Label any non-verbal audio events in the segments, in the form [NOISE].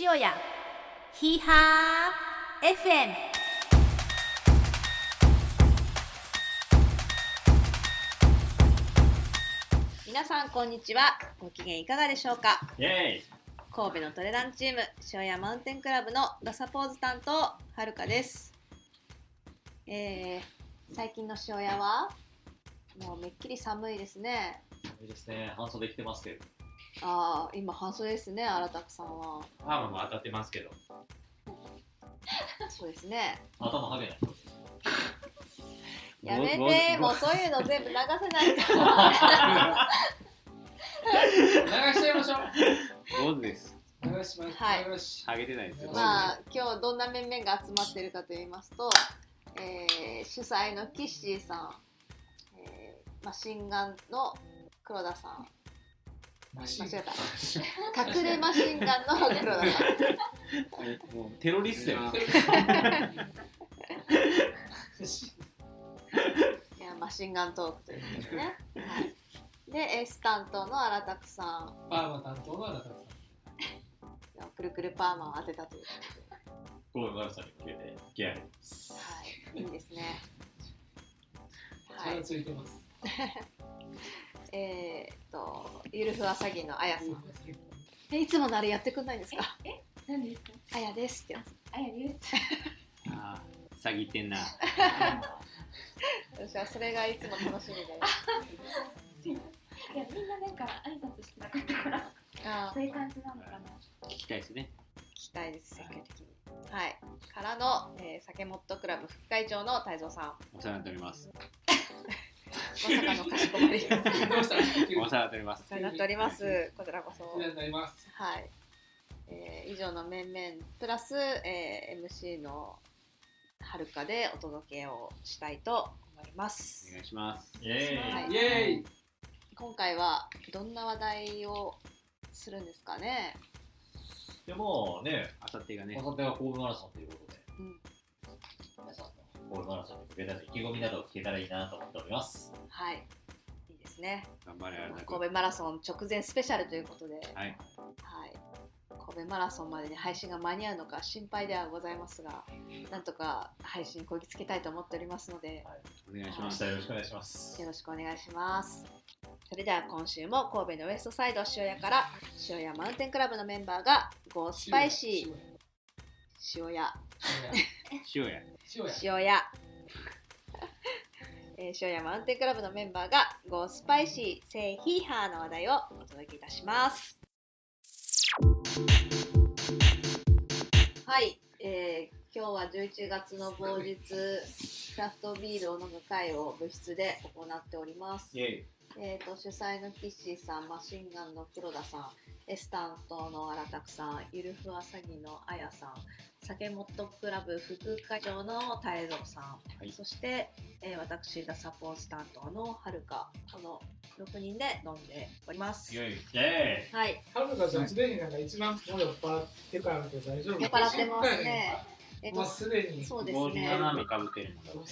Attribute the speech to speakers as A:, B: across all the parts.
A: 塩屋ヒーハー FM
B: 皆さんこんにちはご機嫌いかがでしょうか
C: イエーイ
B: 神戸のトレランチーム塩屋マウンテンクラブのロサポーズ担当はるかですえー、最近の塩屋はもうめっきり寒いですね
C: いいですね、半袖着てますけど。
B: ああ今半袖ですね荒拓さんは
C: パーマも当たってますけど。
B: [LAUGHS] そうですね
C: 頭はげない。
B: やめてもうそういうの全部流せないから
C: 流しちゃいましょ
D: 坊主です。
C: う。流しましょう。
B: はい
C: 流し
D: ハゲてないですよ。
B: まあ今日どんな面々が集まっているかと言いますと、えー主催のキッシーさん、えーマシンガンの黒田さん
C: マシ
B: 間
C: ン
B: 違えた隠れマシンガンの黒田さん
D: もうテロリストや。
B: いやマシンガントークということでね、はいでエース担当の荒拓さん
C: パーマ担当のあなたさん。
B: くるくるパーマを当てたというこ
C: ゴールマルさんに決めて。ギャル。
B: とで、はい、いいですねは
E: 力
B: い
E: ついてます。
B: えーっとゆるふわ詐欺のあやさん
E: な
B: えいつものあれやってくんないんですか
E: んですか。
B: あやですってやつ
E: あやです。
D: ああ、詐欺ってんな。
B: 私はそれがいつも楽しみです。
E: すいませんいやみんななんか挨拶してなかったから
B: あ
E: そういう感じなのかな。
D: 聞きたいですね。
B: 聞きたいです、積極的に。はい。からの、えー、酒モットクラブ副会長の太蔵さん。
D: お世話になっております。
B: まさかのかしこま [LAUGHS] り。
E: どうしたら
D: お世話になっておりま
B: お
D: す。
B: 世話になっております。こちらこそ。
E: になります。
B: はい。えー、以上の面々プラス、えー、MC のはるかでお届けをしたいと思いま
D: お
B: す
D: 願。いします。
C: イエ
B: は
C: ーイ。
B: い
E: イエーイ。
B: 今回はどんな話題をするんですかね。
C: でもね、
D: あさってがね
C: お。酒はゴールマラソンということで、
B: うん。
C: 皆さんのゴールマラソンに向けての意気込みなどを聞けたらいいなと思っております。
B: はい。いいですね。
D: 頑張れ、あれだ
B: 神戸マラソン直前スペシャルということで、
D: はい。
B: はい、神戸マラソンまでに配信が間に合うのか心配ではございますがなんとか配信こぎつけたいと思っておりますので
D: お願いし
C: 明
D: ま
C: 日
D: す。
C: よろしくお願いします。
B: よろしくお願いしますそれでは今週も神戸のウエストサイド塩屋から塩屋マウンテンクラブのメンバーが GO スパイシー塩屋
D: 塩や。
E: 塩や。
B: 塩屋 [LAUGHS] えー塩屋マウンテンクラブのメンバーが GO スパイシーセイヒーハーの話題をお届けいたしますはい、えー今日は11月の某日クラフトビールを飲む会を部室で行っております
C: イエ
B: えー、と主催のキッシーさん、マシンガンの黒田さん、エスタントの荒拓さん、ゆるふわ詐欺のあやさん、酒もっとクラブ副会長の太蔵さん、
D: はい
B: そして、えー私、ダサポーツ担当のはるか、この6人で飲んでおります
C: ーイ。イ。エーイ。イエ
B: はい、
F: はるかちゃん、すでになんか一番もう酔っ払ってからだけど大丈夫
B: 酔っ払ってますね。えっ
F: もう
B: と
F: すでに。
B: そうです
D: 坊主
B: ね
D: の、斜めかぶってるもん。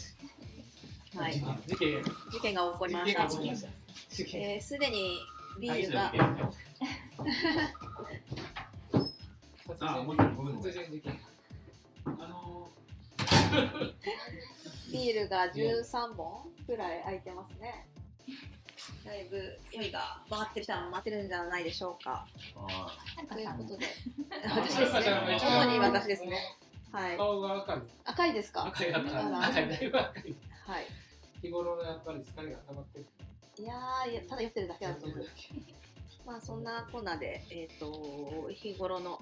B: はい、事
F: 事件が
B: 件が起こりま
F: 事
B: し
F: 件が
B: た
F: 起。こりました。事件
B: えーすでにビ
C: ーイ。
B: ールが、
F: 殺
D: あ、
F: 人
D: もう一個ごめんなさ
F: 殺
D: い。
F: 人事件。
D: あの
B: ビールが13本ぐらい空いてますね。だいぶ酔いが回ってきたのを待ってるんじゃないでしょうか。
C: あ
E: なんか
B: という
E: さ
B: ことで、私
F: 私で
B: ですす
F: ね
B: ね。
C: 主
B: に私ですね。はい。
F: 顔が赤い。
B: 赤いですか。
F: 赤い赤い。赤いだいぶ赤い。
B: はい。
F: 日頃のやっぱり疲れが溜まってる。
B: いやーいやただ酔ってるだけだと思う。まあそんなコーナーでえっ、と日頃の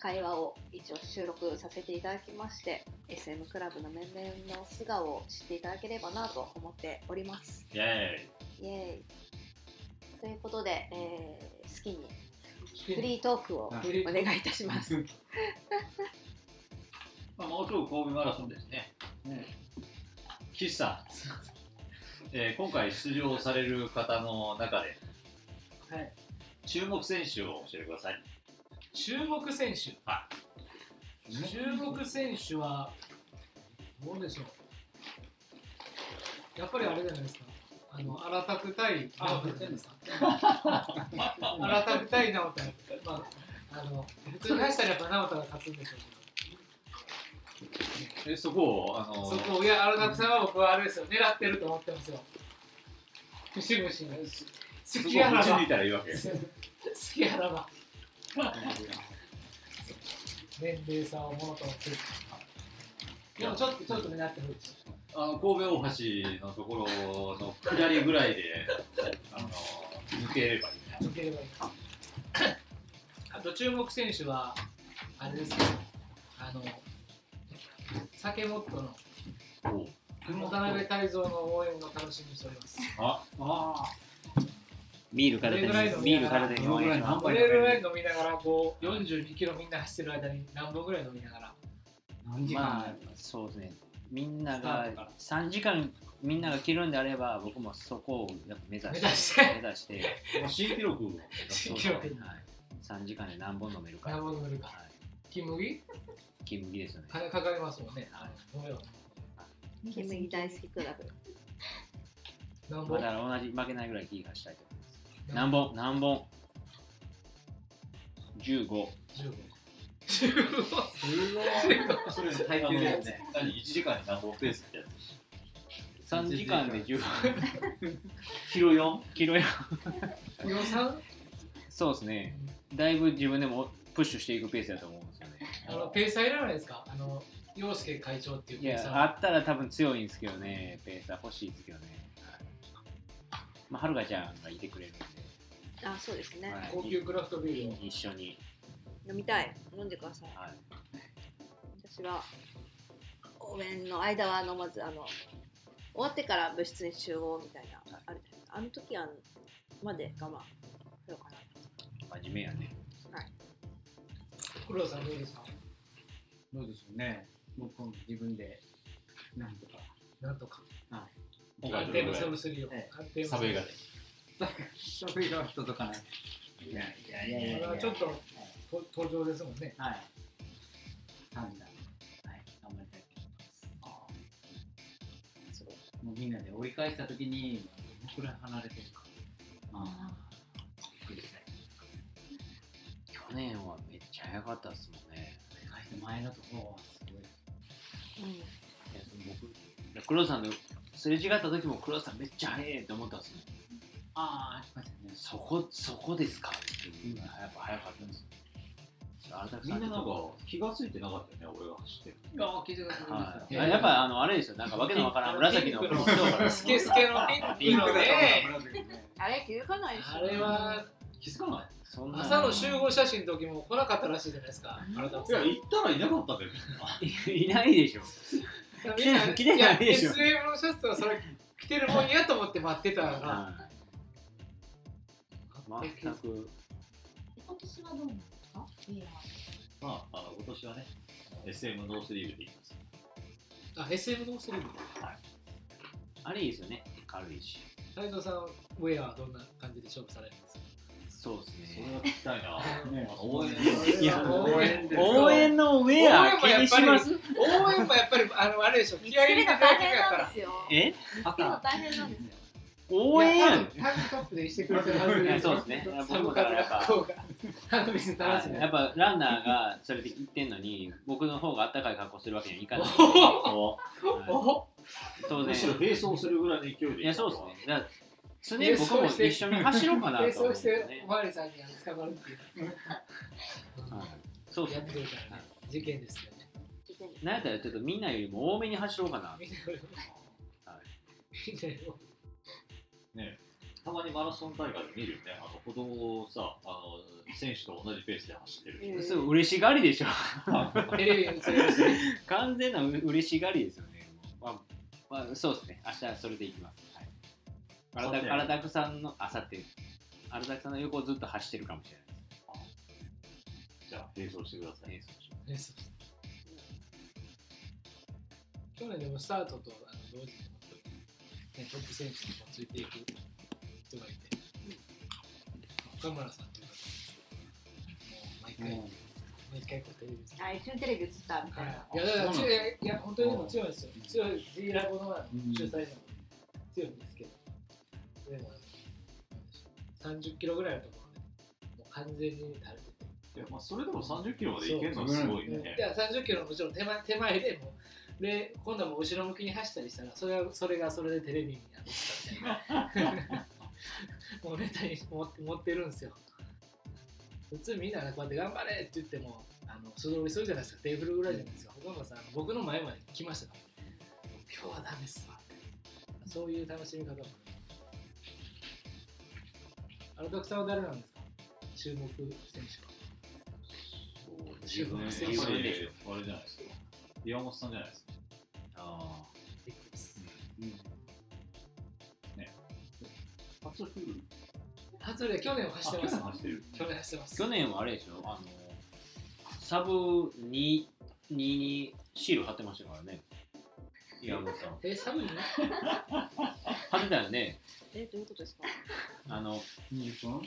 B: 会話を一応収録させていただきまして SM クラブの面々の素顔を知っていただければなと思っております。
C: ーイエ
B: イエーイということで、えー好きにフ
F: フリー
B: リートークをお
D: あ
B: 願いいたします。
C: まあ、もうすぐ神戸マラソンですね。岸さん、 [LAUGHS] えー今回出場される方の中で、
F: はい
C: 注目選手を教えてください。
F: 注目選手。
C: は
F: 注目選手は、どうでしょう。やっぱりあれじゃないですか。あの、荒拓対直人じゃないですか。荒拓対直人。まあ、あの、普通に出したらやっぱ直人が勝つんでしょう
C: えそこをあの
F: けど。そこ、いや、荒田さんは僕はあれですよ、狙ってると思ってますよ。節々に。
C: そこ
F: 好
C: を
F: きあら
C: ぶち抜
F: ば
C: い。たらいいわけ
F: 好きあらば。年齢差をものともせず。でもちょっと、ちょっと狙ってほしい。
C: あの神戸大橋のところの下りぐらいであの抜ければいいね
F: 続ければいいかあと注目選手はあれですけどあの酒モットの
C: おう
F: 渡辺泰造の応援を楽しみにしております
C: ああ
D: ビール片手
F: これぐらいの
D: に、ビール片手に応援しま
C: 何
F: こ
C: 杯
F: れ
C: 飲め
F: ぐ
C: る
F: らい飲みながらこう42キロみんな走ってる間に何本ぐらい飲みながら
D: す。
C: 何時間
D: ま
C: や
D: あ
C: る、
D: そうですね。みんな
F: スター
D: が
F: トから
D: 3時間みんなが切るんであれば、僕もそこをやっぱ目指して、
F: 目指して
D: 目指 [LAUGHS] して、
C: まあ新記録を
F: 新記録に
D: はい、3時間で何本飲めるか。
F: 何本飲めるか
D: はい
F: 金麦
D: 金麦ですよね。
F: 金かかりますもんね
D: はい
F: 飲めよ
B: 煙大好きクラブ。
F: 何
D: まあ
F: 本
D: だから同じ負けないぐらいキーがしたいと思います。何本何本 ?15。
F: 15 15
C: すごいそれ耐久だよね何1時間に何本ペースってやつ
D: 3時間で15。
C: キロ 4?
D: キロや。
F: 予算
D: そうですね。だいぶ自分でもプッシュしていくペースだと思うんですよね。
F: あのペーサーいらないですかあの陽介会長っていう
D: い
F: ペー
D: や
F: サ、ー
D: あったら多分強いんですけどね、ペースは欲しいですけどね。はいまあ、はるかちゃんがいてくれるんで、
B: あ、そうですね。
D: はい
F: 高級クラフトビールを
D: 一緒に、
B: 飲みたい。飲んでください。
D: はい、
B: 私は応援の間は飲まずあの終わってから部室に集合みたいなあるじゃないですかあの時はまで我慢しようかな
D: 真面目やね。
F: 黒田さんどうですか
G: どうでしょうね。僕も自分で、なんとか。
F: なんとか
C: 今回
F: 安
C: ど
F: 定
C: れ
F: の
C: ぐ
F: セ
C: ら
F: ブ
C: い
F: スリーを
G: え
F: 安定のセ
C: サ
F: ブ
C: ベ
F: ン
C: が
G: それが人とかない。いやいやいやいやい
F: まあ
G: や。
F: ちょっと
G: はい。
F: と登場ですもんね
G: はい。判断。はい。頑張りたいと思います。もうみんなで追い返したときに、どのくらい離れてるか。ああ。びっくりした。
D: 去年はめっちゃ早かったっすもんね。
G: 追い返して前のところはすごい。
D: いやその僕、いや黒田さんとすれ違った時も黒田さんめっちゃ早いって思ったっすもん。
G: ああ、ありましたね。
D: そこ、そこですかっていうのがやっぱ早かったんですよ。ちょっと改めて
C: みんななんか気がついてなかったよね俺が走ってる
G: いや、気づか
D: は
G: せ
D: い、
G: て
D: やっぱあのあれですよ、なんかわけのわからん紫の
F: ピンクの
D: そうそ
F: [LAUGHS]
D: う
F: スケスケのピンクのね
B: あれ気づかないでし
F: あ
B: ょ
F: れは
C: 気づかない
D: そんな
F: 朝の集合写真の時も来なかったらしいじゃないですか原田
C: い
F: さ
C: や
F: ん
C: 行ったらいなかったんだよ
D: [LAUGHS] いいないでしょ。
F: みん
D: 来てないでし
F: や
D: ょ
F: SM のシャツはそれ着てるもんやと思って待ってたら
D: はい全く。
E: 今年はどうなんですかビールは
C: まああの今年はね SM ノースリーブでいきます
F: あ SM のセレブ
D: あれいいですよね、軽いし。
F: 斎藤さんウェアはどんな感じで勝負されるんですか
D: そうで
C: そ
D: す
C: れ
D: ね。
C: は聞きたいな
G: ね
C: 応援
D: いや
F: 応援
D: 応援のウェア気にします
F: 応援もやっぱりあのあれでしょ
B: 見つ
F: 気合い
B: ける
F: 入れて
B: の
F: るだ
B: 大
F: け
B: 変
F: やっ
B: な
F: た
B: ん
F: ら
B: ですよ
D: え
B: 見つけるの大変なんですよ
D: 応援やん
F: いやタンクトップでしてくれてるはず
D: いやそうですね
F: サブカル学校がタンク水垂らす
D: はいや
F: ね
D: っぱランナーがそれで行ってんのに僕の方があったかい格好するわけにはいかない
C: お
D: はい
F: お
D: 当
C: む
D: 然
C: しろ並走するぐらいの勢いで行った
D: いやそうですねだから常に僕も一緒に走ろうかな
F: 並
D: と思うん
F: 走し
D: ですよ
F: て
D: ね
F: おまわりさんには捕まるっていう
D: はいそうです
F: やっ
D: ね
F: てるからね事件ですよね
D: なんやったらちょっとみんなよりも多めに走ろうかな
F: みんなよりも
D: はい
F: みんなよりも
C: たまにマラソン大会で見るよねあの歩道をさあの選手と同じペースで走ってる人
B: うん
D: そう嬉しがりでしょ [LAUGHS]
F: テレビに映りますね
D: 完全なう嬉しがりですよねもうまあ、まあ、そうですね明日はそれでいきますはい
C: 明後日
D: 荒拓さんのあさって荒拓さんの横をずっと走ってるかもしれないです
C: じゃあ並走してください
D: えーそうしよう
F: そう去年でもスタートとあの同時にねトップ選手にもついていく人がいて岡村さんという方もう毎回、
G: うん
F: 毎回こうテレビです
B: あ一緒にテレビ映ったみたいない
F: やだから強いいやいや本当にでも強いですよ強い D ラボの
G: うん
F: 主催者も強いんですけどでもあのなんでしょう30キロぐらいのところでもう完全に垂れて
C: い
F: て
C: やまあ、それでも30キロまでいけるのはすごいね。
F: で30キロのもちろん手前 [LAUGHS] 手前でもうで今度はもう後ろ向きに走ったりしたらそれはそれがそれでテレビになってたみたいな [LAUGHS] もうネタに持って持ってるんですよ普通みんなこうやって頑張れって言ってもあの素通りするじゃないですかテーブルぐらいじゃないですかほとんどさん僕の前まで来ましたから今日はダメっすわってそういう楽しみ方もねあのさんは誰なんですか注目選手は
C: 自分やっぱりあれじゃないですか。岩本さんじゃないですか。
G: あ
F: ビッグです
C: 初フル。
F: 初で去年は走ってます
C: 走ってる。
F: 去年走ってます。
D: 去年はあれでしょあのサブ2ににシール貼ってましたからね岩本さん
F: え、サブにね。
D: 貼ってたよね
B: え、どういうことですか
D: あの
G: 日本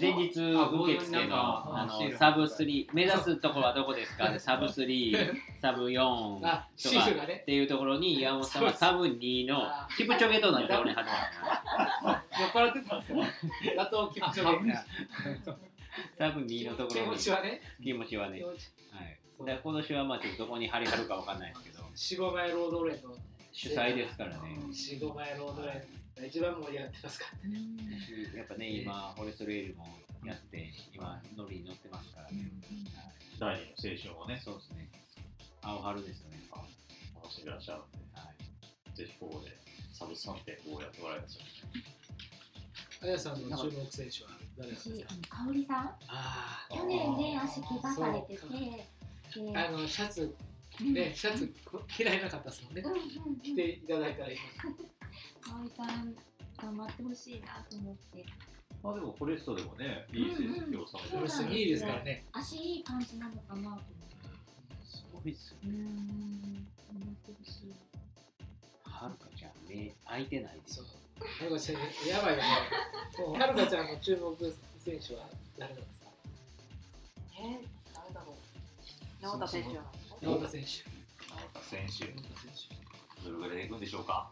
D: 前日受付のあのサブ3目指すところはどこですかサブ3
F: [LAUGHS]
D: サブ4
F: あ、シールがね
D: っ。ていうところに山本さんがサブ2のキプチョゲとなるところに貼ってましたから
F: 酔っ払ってたんですよ。打倒キムチョゲ。
D: サブ2のとこ
F: 気
D: ろ
F: 持
D: に
F: ちはね。
D: 気持ちはね
F: 気、持ち
D: はい、だから今年はまあちょっとどこに貼り貼るかわかんないですけど
F: 四五枚ロードレーンの
D: 主催ですからね
F: 四五枚ロードレーンが一番盛り上がってますから。
D: やっぱね今フォレストレイルもやって今ノリに乗ってますからね、
C: 第二の青春をね、
D: そうですね青春ですよね
C: 楽しんでらっしゃるんで、
D: はい
C: ぜひここでサブ3.5やってもらいましょ
F: あやさんの注目選手は誰なんです
E: 私
F: か。
E: 香織さん
F: あ
E: 去年ね足怪我されてて
F: そう
E: で
F: あ。あのシャツ
E: うん
F: ね、シャツ嫌いなかったですもんね
E: うん。うん
F: 着ていただいたらいいのに。
E: 香織さん頑張ってほしいなと思って
C: う。まあでもフォレストでもね、いい成績を収
F: こ
C: め
F: れ
C: て
F: す
C: る
F: げえいいですからね。
E: 足いい感じなのかなと思って
D: すごいっすよ
E: うーん頑張ってほしい
D: はるかちゃん目開いてないです
F: そう。はるかちゃん、やばいよね。もうはるかちゃんの注目選手は誰なんですか。
B: えー、誰だろう。直田選手じゃないですか。
F: 直田選手。
C: なんか選手、
F: 直田選手。
C: どれぐらいいくんでしょうか。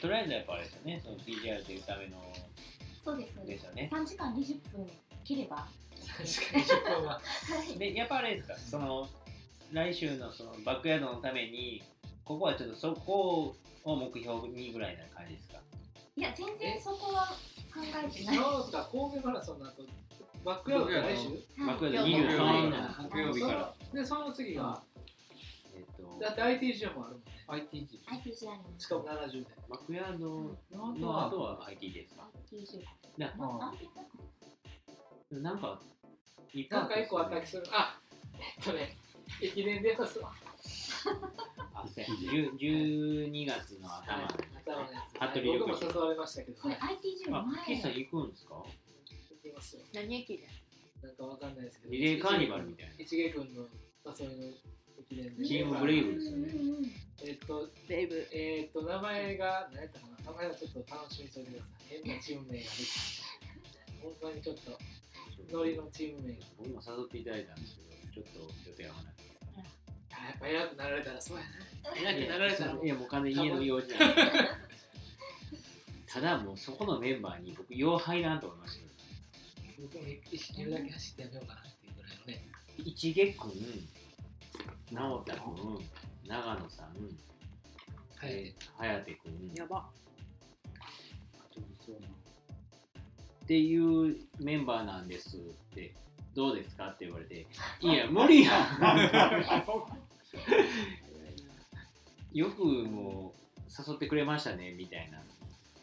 D: とりあえずやっぱあれですよねその PGR というための
E: そうです
D: で
E: ね
D: すよね
E: 3時間20分切れば
F: 確かに10分は
D: でやっぱあれですかその来週のそのバックヤードのためにここはちょっとそこを目標にぐらいな感じですか
E: いや全然そこは考えてない
F: そうか神戸マラソンの後バックヤードが来週
D: バックヤー
E: は
D: ド
E: い
F: 今日
D: 23
F: の
D: 日なんです
G: 木曜日から
F: でその次が、
D: えっと
F: だって ITG もあるもんね
E: ITGR
G: ITG
E: の
F: しかも70で
D: バックヤード
G: の後
D: の
G: は
D: 後は IT ですか
E: ITGR
D: な
E: あ
D: なんか一
F: なんか一個あった気す
D: る
F: るあえっとね駅伝出ますわ
D: 12月の頭、
F: はい頭のやつ
D: 服部
F: 僕も
D: 勇
F: 誘われましたけど
E: これ ITGR の
D: あ
E: 前
D: 喫茶行くんですか
F: 出ますよ
B: 何駅で
F: なんかわかんないですけど
D: リレーカーニバルみたいな
F: 一芸君の誘いの駅伝で
D: チームブレイブですよね
E: うんうんうん
F: えっと
B: ベイブ。
F: えー、っと、名前が、何やったかな、名前はちょっと楽しみにしておいてください。変なチーム名が出てきた。ほんまにちょっと、ノリのチーム名が。
D: 僕も誘っていただいたんですけどちょっと予定が合わなくて
F: あやっぱ偉くなられたらそうや
D: い
F: な。偉くなられたら
D: や
F: もう
D: い、やもう完全に家の用事なんでただもうそこのメンバーに僕よう入らんと思いましたよ
F: 僕も一周だけ走ってやめようかなっていうぐらいのね。
D: 一毛君直太君長野さ
F: は
D: んえ
F: い。
D: ー颯君
B: やば。
D: っていうメンバーなんですってどうですかって言われていや無理やんよくもう誘ってくれましたねみたいな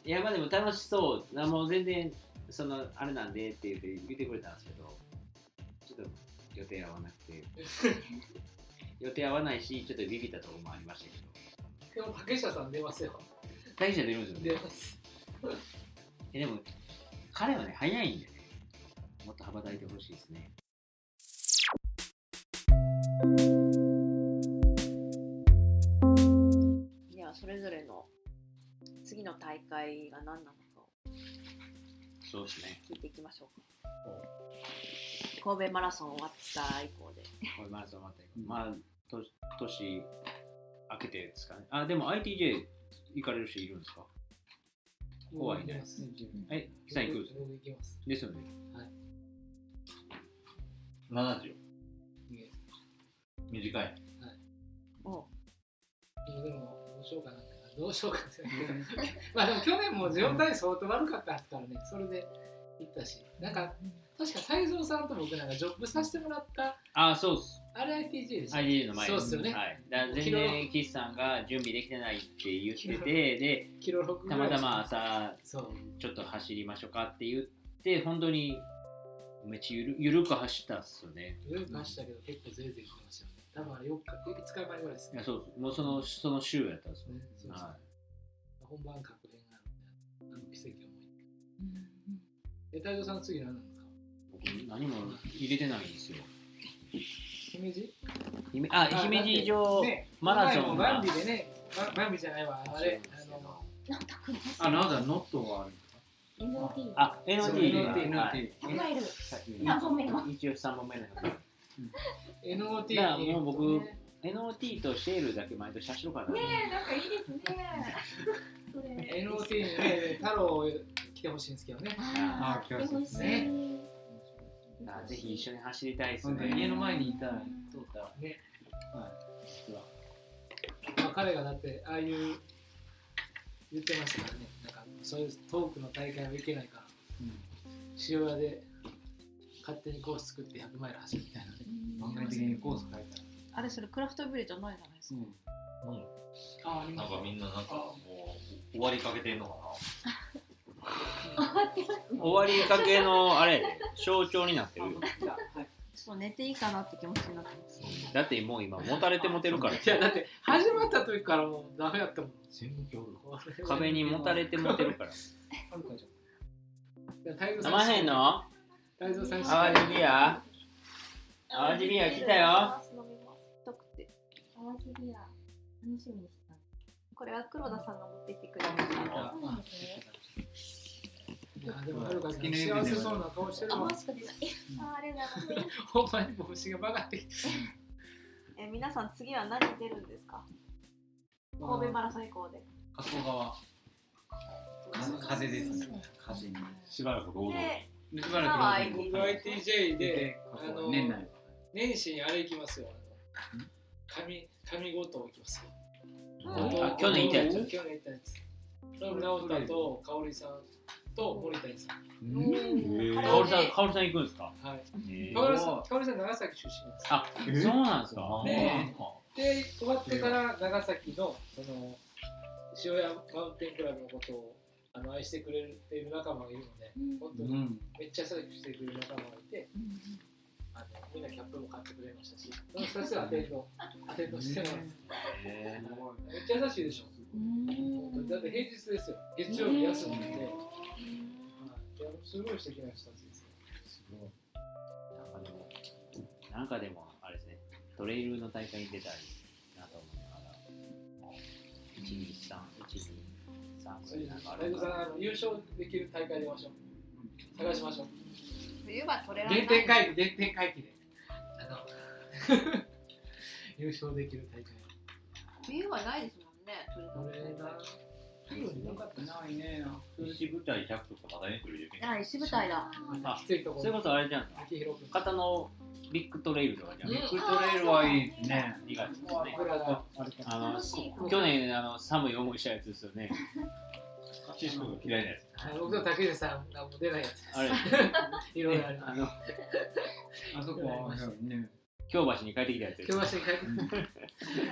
D: いやまあでも楽しそうなもう全然そのあれなんでって言って言ってくれたんですけどちょっと予定合わなくて予定合わないしちょっとビビったところもありましたけど
F: でも、竹下さん出ますよ。
D: 大事じゃ出るんですよね
F: 出ます。
D: えでも彼はね早いんでねもっと羽ばたいてほしいですね
B: いや、それぞれの次の大会が何なのかを
D: そうですね
B: 聞いていきましょうか。神戸マラソン終わった以降で。
D: これマラソン待ってまあと年明けてですかねあでも ITJ 行かれる人いるんですか怖いね
F: 僕行きます
D: え、いさん行くんです
F: 僕行きます。
D: ですよね
F: はい
C: 70
F: ね
C: 短い
B: お
F: いやでもどうしようかなどうしようかって [LAUGHS] まあでも去年も状態相当悪かったですからねそれで行ったしなんか確か泰造さんと僕なんかジョッブさせてもらった
D: あ、そうっす。
F: RITJ でした
D: IDL の前
F: そうっすよね
D: はい、だから全然岸さんが準備できてないって言って [LAUGHS] てで
F: キロ6ぐら
D: た
F: い
D: またま朝
F: そう
D: ちょっと走りましょうかって言って本当にめっちゃゆるゆるく走ったっすよね
F: 夜出したけど結構ぜいぜい行きましたよね多分あれ4日5日前ぐらいです
D: い
F: ね
D: やそうっすもうそのその週やったんですよ
F: ね
D: ね、
F: そうそう
D: は
F: 本番確変があるんであの奇跡を思いえ泰造さんの次何なんですか
D: い、僕何も入れてないんですよ
F: 姫路
D: 姫あ
F: あ
D: 姫
F: だっ
D: 路城
F: てね
D: マラソ
F: 前
D: ン
F: もバンビ
D: が
F: でねババンビじゃないわあれあの
E: なんだこ
G: あ、なんだ、ノットはある。
E: れ NOT
D: あ
F: そう
D: NOT がは
G: NT、
D: い
G: NT。
E: 100マイル
D: さ
E: 3本目の
D: っき一応3本目の
F: NOT って
D: だからもう僕
E: ね
D: NOT とシェールだけ毎年走ろうかな、
E: えなんかいいですねそれ
F: NOT にね太郎来てほしいんですけどね
E: あ
G: あー今日です
F: ね
D: あぜひ一緒に走りたいです
G: 本当に
D: ね
G: 家の前にいたら、通ったら。
F: ね
G: はい、実は。
F: まあ、彼がだってああいう言ってましたからねなんかそういうトークの大会はいけないから
G: うん
F: 塩屋で勝手にコース作って100マイル走るみたいなね
G: 番外的にコース変えたら。
B: あれそれクラフトビールじゃないじゃないですか。
G: ん。
F: ああり
C: なんかみんななんかもう終わりかけてんのか
D: 終わりかけのあれやで象徴になってるよ
B: ちょっと寝ていいかなって気持ちになってます。
D: だってもう今もたれてもてるから
F: いやだって始まった時からもうダメだったもん
G: 全部今日
F: これは
D: 壁にもたれてもてるから
G: あるかじゃん。
F: 太蔵さ
D: 飲まへんの
F: 太蔵さんしか
D: 淡路ビア淡路ビア来たよ
B: 飲みます太くて
E: 淡路ビア楽しみにしてた
B: これは黒田さんが持ってきてくれました。
C: な
E: そうなんですね
F: いやでもはるかさん幸せそうな顔してる
E: あ、
F: わ
E: もしか出ないあ、あれだ
F: ほんまに帽子が曲がってきて
B: え皆さん次は何出るんですか？神戸マラソン以降で。
G: 加古川。か風ですね。風に。
C: しらばらく労働
B: で、
G: しば
B: ばらく
F: [LAUGHS] 僕 ITJ で
G: で、
F: あの
G: 年内は。
F: 年始にあれ行きますよあの神神ごと行きますよ
D: あ去年行ったやつ
F: 去年行ったやつそれも直太と香織さんと森谷さ
G: うん
C: へー
D: かおりさんかおりさん行くんですか
F: んはい
C: へー
F: 香織さん香織さん長崎出身なんですよ
D: あそうなんですか
F: ねで終わってから長崎のその塩屋マウンテンクラブのことをあの愛してくれてる仲間がいるので本当
G: う
F: に
G: ん。
F: めっちゃ優しくしてくれる仲間がいてあのみんなキャップも買ってくれましたしその人たちはアテン [LAUGHS] ドアテンドしてます
C: へー
F: めっちゃ優しいでしょだって平日ですよ。月曜日休みで、はいいやすごい素敵な人たちですよ。
G: すごい。
D: なんかでもなんかでもあれですねトレイルの大会に出たらいいなと思いながら123123
F: そ
D: ぐ
F: うい
D: らいうなんかあ
F: 大
D: る
F: 悟さ
D: か
F: んあの優勝できる大会出ましょう。探しましょう。
B: 冬は取れられない
F: 原点。回帰原点回帰で。あの [LAUGHS] 優勝できる大会。
B: 冬はないですもんね。取れたの
F: 俺が多分なかったな。
G: ないね。
C: 通知舞台100とかまだエントリーできな
B: あ、
C: い
B: 石舞台だ。
D: あ
F: きついとこ
D: それ
F: ろ。
D: こそあれじゃん
F: 秋広君。
D: 方のビッグトレイルとかじゃん
F: うん
G: ビッグトレイルはいいですね。
D: 2月ですね
F: 僕らが
D: あの
E: 楽しい
D: こ去年あの寒い思いしたやつですよね。
C: シスコが嫌いなやつ
F: あの僕と竹内さんがもう出ないやつ。
D: あれ、
F: いろいろある。
D: あの
G: あそこは面白いね。
D: 京橋に帰ってきたやつです
F: 京。橋に帰ってきた。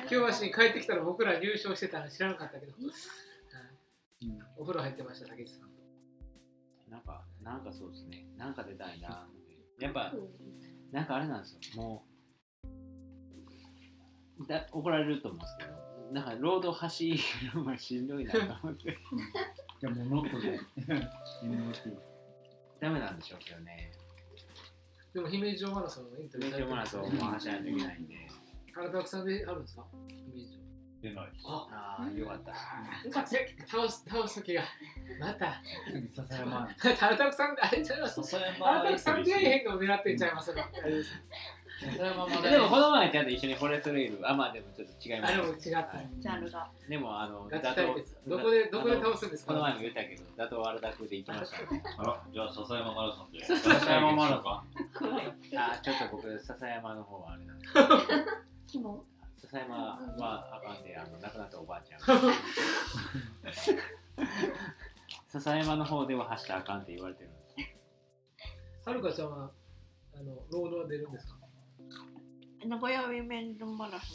F: 京橋に帰ってきたら僕ら入賞してたの知らなかったけど。はい
G: うん。
F: お風呂入ってました、竹内さん。
D: なんかなんかそうですね。なんか出たいな。やっぱなんかあれなんですよ。もうだ怒られると思うんですけど、なんかロード走るのがしんどいなと思って。 [LAUGHS]
G: じゃあもうノッ [LAUGHS] トで。NOT。
D: ダメなんでしょうけどね。
F: でも、姫路城マラソンのインタビュー
D: 練
F: されて
D: 習もら
F: ま
D: う
F: す
D: と
F: よ
D: もう
F: ね。
D: 走らないといけないんで。
F: 体たくさんであるんですか姫路城。
C: 出ないし
F: あ
D: ああよかった。
F: 倒す、倒す時が。また、
G: 次、笹山。
F: 体たくさんで、あれちゃいます。
C: 笹
F: 体
C: 山
F: た
C: エン
F: くさ
C: ト
F: ん
C: リー
F: で
C: して
F: へんのを狙ってんちゃいますか。
G: それはまあまだ
D: でもこの前ちゃんと一緒にフォレストレイル、あ、まあでもちょっと違いま
F: あ
D: す。
F: れも違った
D: はい
B: ジャンルが。
D: でもあの、
F: ガチ
D: 打倒
F: 対決どこでどこで倒すんですか
D: この前も言ったけど、打倒悪だくで行きました、
F: [LAUGHS]
D: ね。
C: あら、じゃあ、笹山マラソンで。笹山マラソン。
D: あ、ちょっと僕、笹山の方はあれなんで。
E: キモ。
D: 笹山はあかんで、あの、亡くなったおばあちゃん。笹山の方では走ったらあかんって言われてるんです。
F: はるかちゃんはあのロードは出るんですか
B: 名古屋ウィメンズマラソ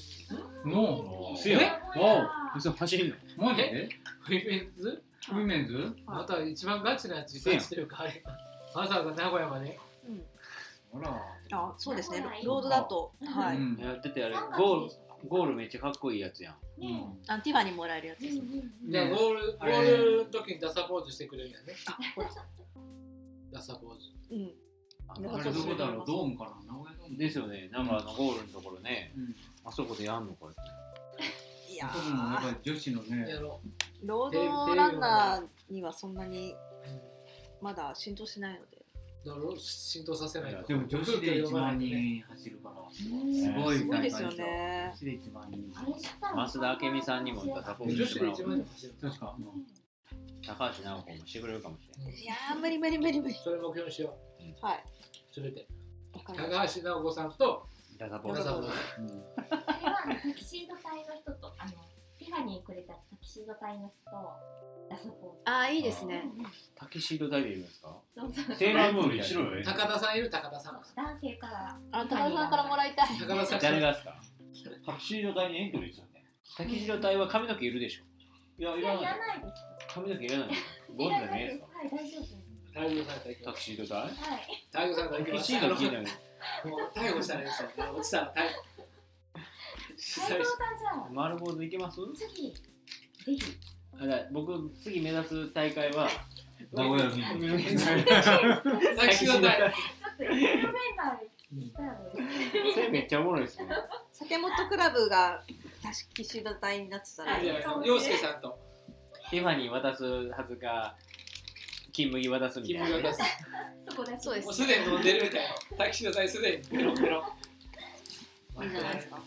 G: ノー
C: せや
E: お
D: 嘘、走んの
G: マジで
F: ウィメンズ
G: ウィメンズ
F: また一番ガチなやつガチというかあれ [LAUGHS] わざわざ名古屋まで
B: ン。うん。
G: ほら。
B: あ、そうですね
E: 名古屋。
B: ロードだと、は
G: う
B: い。
G: ん
D: やっててあれ、ゴール、ゴールめっちゃかっこいいやつやん。
G: う
E: ね
G: ん
B: あ、ティファにもらえるやつ
E: え。
B: で
E: う
B: す
E: んう
B: ね。
E: んうん
F: じゃあゴールゴ
G: あれ
F: ールの時にダサポーズしてくれるんやねダサポーズ
B: うん。
D: あ
B: うん
G: あれどこだろうドームかな名古屋ドーム
D: ですよね、なんかあのゴールのところね、
G: うん。
D: あそこでやんのこれ。
B: いや
G: あそこもなん
B: ー
G: か女子のね
F: や。ろ
B: ロードランナーにはそんなに
F: う、うん
B: まだ浸透しないので。
F: だから浸透させないと
G: でも女子で1万
F: ね
G: 人走るから。
E: うん
G: ごい
B: すごいですよね
G: 女。子で1万人。
E: あれ知ったの
D: 増田明美さんにもサポー
F: 女子
D: トして
F: で
D: もらお
F: 1万
D: う。
F: 人走る
G: 確か。うん
D: 高橋尚子もしてくれるかもしれない。
B: いやー、無理無理無理無理。
F: それ目標にしよ
B: はい。
F: う連れて
B: わかりました
F: 高橋尚子さんと
D: ダサポ
F: ダ
D: ー
F: サ
D: ト
F: ポーズ
G: うん
E: あれはあのタキシード隊の人と、あの、ティファニーくれたタキシード隊の人と、ラサポ
B: あー、いいです
E: ー
B: ね。
E: うんうん
D: タキシードダイビングですか
E: そうそう
D: セーラームーン
C: に
D: に
C: し
D: し
C: ろ
D: ろ
C: よ
D: よ。
F: 高田さんいる高田さん
E: 男性から。
B: あ、高田さんからもらいたい。
F: 高田さん
D: 誰がですか
C: タクシーの隊にエントリーするね。
D: タキシード隊は髪の毛いるでしょ
C: いや、
E: い
C: い
E: や、
C: ら
E: い
C: ない
E: ら。ないです。
D: 髪の毛いらないですかゴ
E: い
D: ンじ
E: ら
D: ゃ
E: ない
D: ねえ
E: で
D: ですか。
E: はい、大丈夫です。
F: 大悟さんから行き
D: タ
F: ます
D: キシード隊
E: はい。
F: 大悟さんから
D: タ
F: 行き
D: キ
F: ます
D: シード聞いたのに。
F: もう逮捕したらいいですよ落ちたら逮捕
E: 斉藤さんじゃあ、
D: 丸坊主いけます
E: 次、ぜひ。
D: あだから僕、次目指す大会は、
G: 名古屋の人
F: タキシード隊
E: ちょっと、エレベーターで行ったらね。
D: それめっちゃおもろいですね。
B: 酒本クラブが確かシード隊になってたら、
E: はい
B: い、
F: 洋介さんと
D: ティファニー渡すはずか、金麦渡すみ
F: 金
D: たいな
F: 麦
D: ね。
F: 渡す
E: そこだけ
B: そうで
F: もうすでに飲んでるみたいなタキシード隊すでにペロペロ
B: いんじゃないですか。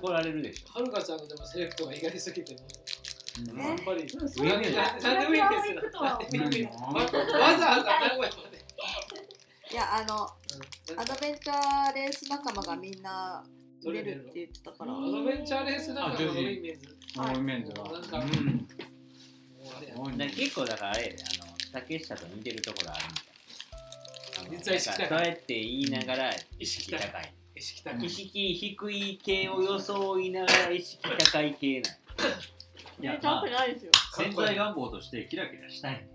D: 怒られるでしょ。
F: はるかちゃんのでもセレクトが意外すぎても
G: う
F: うんやっぱり
E: うん、そうなんですよ。
F: 上に
E: 上に行くとは思
G: い
E: わな
G: るの
E: い。
F: わわざわざ名古屋まで
B: いや、あの、
F: うん
B: アドベンチャーレース仲間がみんな
F: そ
B: 出
F: れ出
B: る
F: る
B: っ
F: の
B: て言ってたから、
F: アドベンチャーレースなんかの
G: あ女子
F: イメージ。
G: 名古屋メンズは。うん。
F: もうあれや
G: 多い
D: な
G: ね
D: 結構だからあれやで、あの、竹下と似てるところあるみたいな。
F: 実は意識高い
D: なんかそうやって言いながら、
F: 意
D: 意
F: 識
D: 識
F: 高
D: 高
F: い
D: い。
F: 意識高い。
D: 意識低い系を装いながら意識高い系なん
B: いや、ちゃんとないですよ。
C: 潜在願望としてキラキラしたい。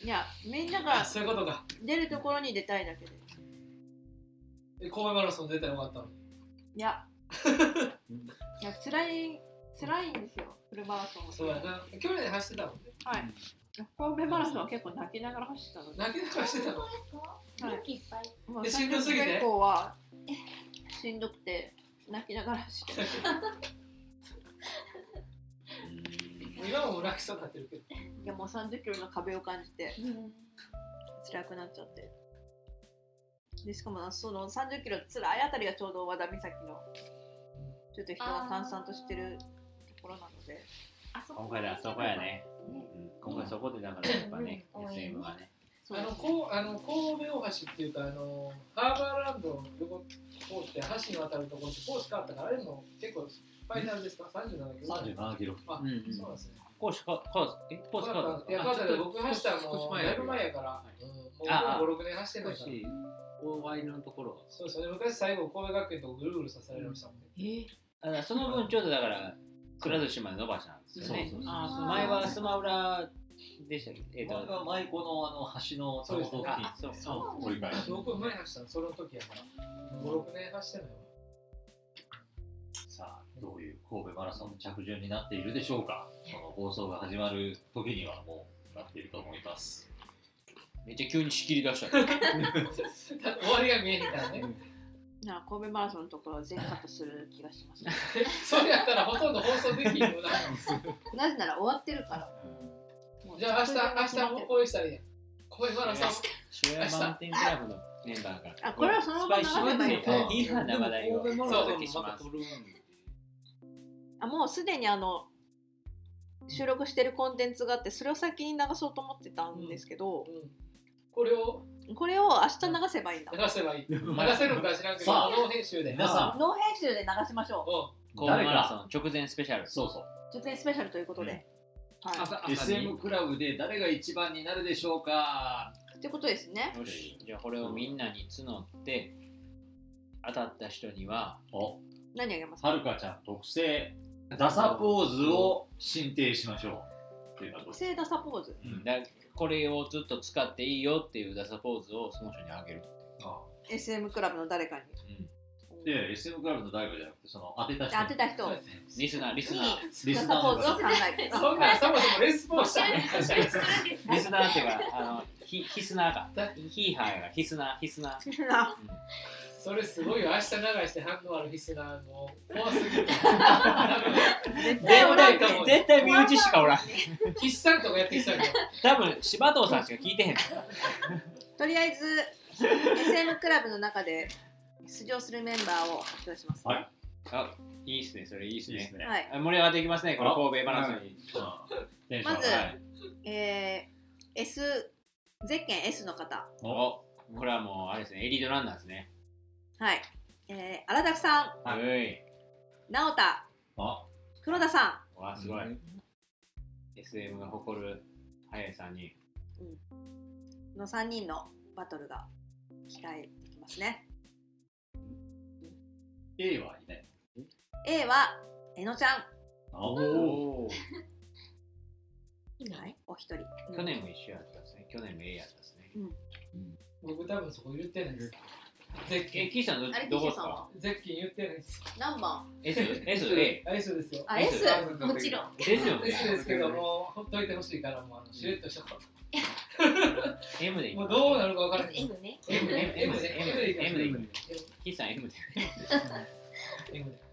B: いや、みんな
F: あ
B: が
F: そういうことか。
B: 出るところに出たいだけで。
F: え神戸マラソン出たらよかったのに。
B: いや、いや、辛い、辛いんですよ、フルマラソンは。
F: そうやな。去年走ってたもんね。
B: はい。神戸マラソンは結構泣きながら走ったので、
F: 泣きながら走ってた [LAUGHS] の。
E: 本当ですか
B: はい
E: 勇気いっぱい。
B: もう
F: えしんどすぎて
B: 30分以降はしんどくて泣きながら走って。
F: 今も泣きそうになってるけど。
B: いやもう30キロの壁を感じて辛くなっちゃってでしかもなその30キロ辛いあたりがちょうど和田岬のちょっと人が閑散としてるところなので
E: あそ
D: 今回であそこやね。
E: ね
D: うん今回そこでだからやっぱね、
E: うん
D: SM はね。
B: そう
F: あ
B: で
F: の
B: す
F: こうあの神戸大橋っていうかあのハーバーランドの横こうって橋に渡るところってコース変わったからあれも結構ファイナルですか？三十七キロ。
C: 37キロ。
F: あ
G: うんうん
F: そうなんですね。
D: コースか、コース、え、コースカード
F: いや、川田で僕走ったらもうだいぶ前やから、うん
D: ああ
F: もう5、6年走ってな
G: 少
F: いから。
G: し大ワイのところ
F: そうですね、昔最後、神戸学園とぐるぐるさせられましたもんね。
D: だからその分ちょっとだから、くら寿司まで伸ばしたんですよね。
G: そうそうそう
D: あーそう前はスマウラでしたっけえっ、
C: 前
D: と、
C: は舞妓のあの橋のたもと付近
D: あ、そうそう。
C: の折り返し。
F: 僕、前走ったの、その時やから。5、6年走ってないわ。
C: さあ、どういう神戸マラソンの着順になっているでしょうか。この放送が始まる時にはもうなっていると思います。
D: めっちゃ急に仕切り出したね。
F: だって終わりが見えへんからね。
B: なあ神戸マラソンのところは全カットする気がします [LAUGHS]
F: それやったらほとんど放送できひんよな。
B: なぜなら終わってるから
F: じゃあ明日、明日もこうしたらいいやん。神戸マラソン、
D: 渋谷マウンテンクラブのメンバーが
B: あこれはそのまま流せばいいのか
D: スパイシーいい話題を
F: 神戸マラソンもまた撮る
B: あもうすでにあの収録してるコンテンツがあってそれを先に流そうと思ってたんですけど、
F: うんこれを
B: これを明日流せばいいんだ
F: 流せばいい流せるのか知らんけど
C: さあ
F: ノー編集で
C: 皆さ
B: ノー編集で流しましょ
F: う
D: 神戸マラソン直前スペシャル
C: んそうそう
B: う直前スペシャルということで、
F: ん
B: は
F: 朝朝に
C: SM クラブで誰が一番になるでしょうか
B: いってことですね
D: よしじゃあこれをみんなに募って当たった人には
C: お
B: 何あげますか
C: はるかちゃん特製ダサポーズを進呈しましょうということ
B: 特
C: で
B: 製ダサポーズ
C: うん
D: だこれをずっと使っていいよっていうダサポーズをその人にあげる
B: SM クラブの誰かに
C: うんで SM クラブの誰かじゃなくてその当てた人
B: 当てた人
F: そう
B: に
F: ですね
D: リスナーリスナ
C: リ
B: ダ
C: ス
B: サ
C: ナー
B: ポ
C: の
B: ーズを
C: 方
B: 考えて [LAUGHS]
F: そんなそもそもレスポンした
E: 募集するんです
D: ー
E: か
D: リスナーっていうかあのヒヒスナーかヒーハーがヒスナーヒスナー
F: それすごいよ明日流して反応あるリスナーも怖すぎる
B: 絶対
F: 絶
B: 俺
F: 対かも
D: 絶対身内しかおらん
F: 筆算とかやってきたけど
D: 多分柴藤さんしか聞いてへん
B: とりあえず SM クラブの中で出場するメンバーを発表します、
C: はい
D: あいいっすねそれいいっす
C: いいで
D: ね
C: すね
B: はい
D: あ盛り上がっていきますねこの神戸マラソンに
C: うんテンション
B: まず
C: 上がる
B: えー、S ゼッケン S の方
C: お
D: おこれはもうあれですねエリートランナーですね
B: はい、えー、荒拓さん
C: はいう
D: い
B: 直田
C: あ
B: 黒田さ
D: わあすごい、SM が誇る速さんに
B: んの3人のバトルが期待できますね
C: A はいない
B: A はえのちゃ
C: あお
B: ん、
C: ー
D: お
B: はい、お一人、うん
D: 去年も一緒やったんですね去年も A やったんですね
F: 僕多分そこ言ってないです絶
D: え
F: 景
D: キーさんど
B: あれ
D: どこで
B: DJ
D: す
B: さん
D: か
B: は
F: 絶景言ってないです
B: 何番
D: S S A
F: あ S ですよ
B: あ S
E: もちろん
D: ですよ
F: S
D: ね
F: ですけどもうほっといてほしいからもうあのシュレッとしちゃっ
D: M でい
F: た
D: い
F: もうどうなるかわからない
E: M ね
D: M で M
F: M
D: で
F: で
D: M で M で
F: M で
D: キーさん M で
F: M で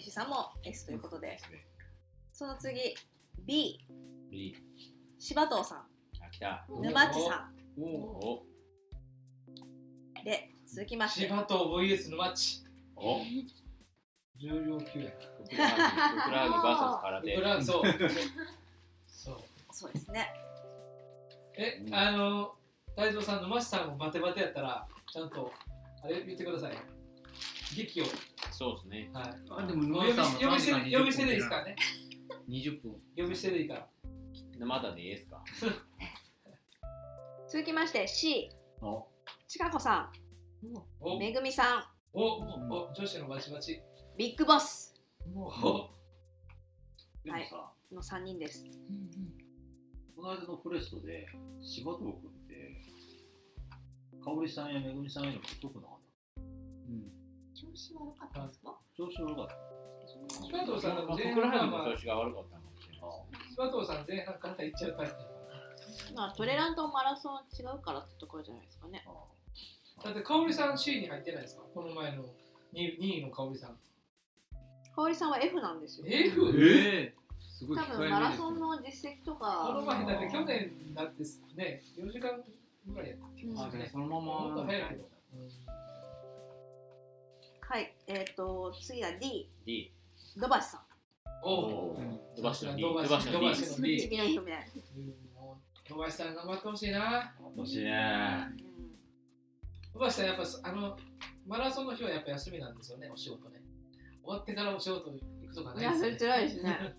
B: 岸さんも S ということで
D: S で
B: その次 B
D: B
B: 柴藤さ
D: あ来た
B: ん沼地さ
D: おお
B: んで続きまして
F: 芝と VS のマッチ
C: お
F: 重量級や
D: ふくらはぎふくら
F: ブラ
D: はぎ VS 空手
F: ンそう [LAUGHS] そう
B: そうですね
F: え、あの太蔵さんのマシさんもバテバテやったらちゃんとあれ言ってください劇を
D: そうですね
F: はい
G: あでも
F: 呼び呼び捨て呼び捨てでいいですからね
G: 20分
F: 呼び捨てでいいから
D: 沼田でいいですか
B: 続きまして C
C: お
B: ちかこさ
F: お
B: んめぐみさん
F: おお女子のバチバチ
B: ビッグボス
F: お
C: でもさ
B: の3人です
C: この間のフォレストで柴藤君って香織さんやめぐみさんよりも太くなかっ
E: 調子悪かったんですか
C: た調子悪かった
F: 柴藤さんなんか
D: ふ
F: 前
D: くら
F: 半
D: はぎ
F: は、
D: の
F: まあ、
D: 調子が悪かったのかもしれない
F: 柴藤さん前半からいっちゃうタイプだから
B: まあトレランとマラソンは違うからってところじゃないですかね
C: ああ
F: だって香織さん C に入ってないですかこの前の 2, 2位の香織さん
B: 香織さんは F なんですよ
F: F?
G: えすご
B: 多
G: い控えめで
B: 分
G: す
B: マラソンの実績と
F: この
B: か
F: 前だって去年だってね4時間ぐらいやったっけ、
B: うん
G: あじゃあその
F: も
G: ま
F: っ
G: ま
F: と早いけど、
B: はいえっ、ー、と次は D
D: D
B: 土橋さん
F: おお
D: 飛ばしの D
F: ドバ
D: 飛ばしの D
F: シの D
B: 次の人みたいな、
F: もう飛ばしさん頑張ってほしいな
C: 欲しいね
B: うん
F: 飛ばしさんやっぱあのマラソンの日はやっぱ休みなんですよねお仕事ね終わってからお仕事行くとかないい
B: や
F: です
B: そ
F: よ
B: れ
F: ね
B: 辛いですね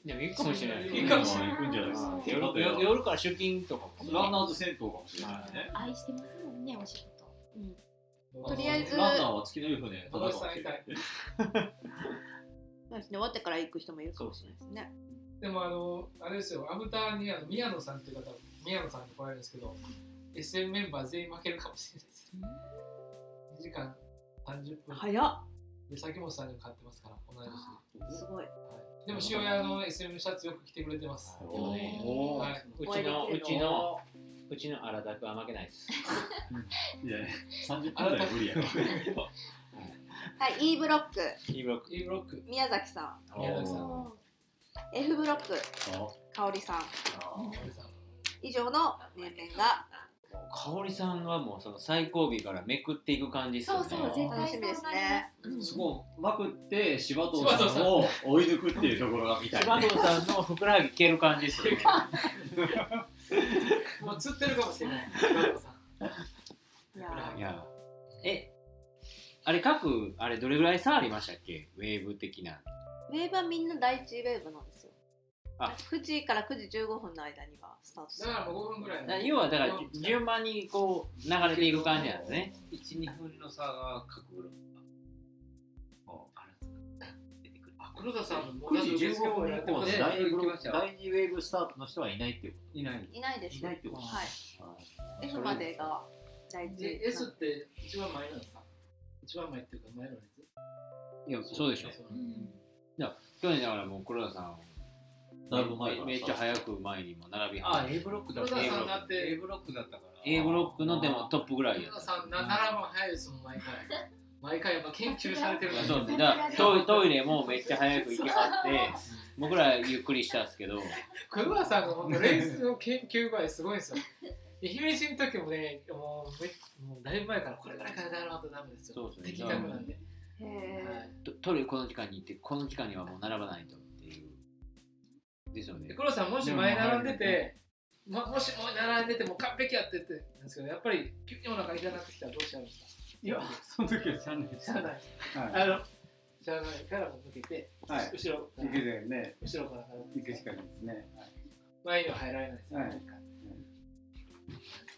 F: [LAUGHS]
D: でも行くかもしれない
F: 行くかもしれ
C: ない行くんじゃないですか
D: 夜夜夜から出勤とかも
C: ランナーズ銭湯かもしれないね
E: 愛してますもんねお仕事
B: とりあえず
C: ランナーは月の湯船
F: 飛ばしさんいたい
B: そうですね終わってから行く人もいるかもしれないですね
F: でもあのあれですよアフターにあの宮野さんっていう方宮野さんに来られるんですけど SM メンバー全員負けるかもしれないです2時間30分
B: 早っ
F: で崎本さんにも買ってますから同じ年
B: すごい
F: でも塩屋の SM シャツよく着てくれてます。
C: お
D: お
C: ー
D: お
F: はいう
D: ちのうちのうちの荒田君は負けないです
C: いや30分ぐらい無理やろ
B: はい E ブロック
D: E ブロック
F: A ブロック、
B: 宮崎さ
F: 宮崎さん、
E: お
B: ん F ブロック
C: あ
B: 香織さん
C: あ
F: 森さん
B: 以上の面々が
D: 香織さんはもうその最後尾からめくっていく感じっす
E: そ
D: よ
E: う
D: ね
E: そう、絶対
B: 楽しみです
E: そうな
B: ね
E: ります。
C: そこをまくって柴藤さんを追い抜くっていうところが見たい
D: 柴藤さんのふくらはぎ蹴る感じっすよね
F: もう釣ってるかもしれない。柴田さん
B: いや
D: いやえあれ各あれどれぐらい差ありましたっけウェーブ的な
B: ウェーブはみんな第一ウェーブなんですよ
D: あ
B: 9時から9時15分の間にはスタートす
F: だ
B: る
F: からもう5分ぐらい
D: な
F: の。
D: 要はだから順番にこう流れていく感じなんですね。
G: 1、2分の差が各ブロックが。こう、あれ出てくる。あ、黒田さん、
C: 9時15分以降で第
G: 行きました。
C: 2ウェーブスタートの人はいないっていうこ
G: いない。
B: いないです
C: いないってこと
B: はい
C: と
B: F までが第一
F: で S って一番前なのさ。一番前っていうか前の列。
D: いやそうでしょ
F: そう
D: 去年だからもう黒田さん
C: だいぶ前から
D: めめっちゃ早く前にも並び始
G: あ
D: め、て
G: A ブロックだった。
F: 黒田さんだって
G: A ブロックだったから。
D: A ブロックのでもトップぐらいや
F: 黒田さんな7分早いですもん毎回。毎回やっぱ研究されてる
E: い
F: から。
E: や
D: そう
E: です
D: ね
E: ね
D: だからトイトイレもめっちゃ早く行きはって僕らゆっくりしたんですけど
F: 黒田さんの本当レースの研究具合すごいんですよ。愛媛人の時もね、もうめもうだいぶ前からこれから体洗わんとダメですよ。
D: そうですね
F: 的確なんで。
B: へ
F: は
B: え
F: い
D: トトイレこの時間に行ってこの時間にはもう並ばないとっていうですよね
F: で黒田さんもし前並んでて、ま、もしもう並んでてもう完璧やってって言うんですけどやっぱり急にお腹痛くなってきたらどうしちゃいました
G: いや、その時は知らないです
F: しゃあない
G: はい。
F: あのしゃあないからもう抜けて、
G: はい
F: 後ろか
G: 行
F: ら
G: くだよね。
F: 後ろから並ん
G: 行
F: で
G: くしかないですね。はい
F: 前には入られないですよ、
G: はい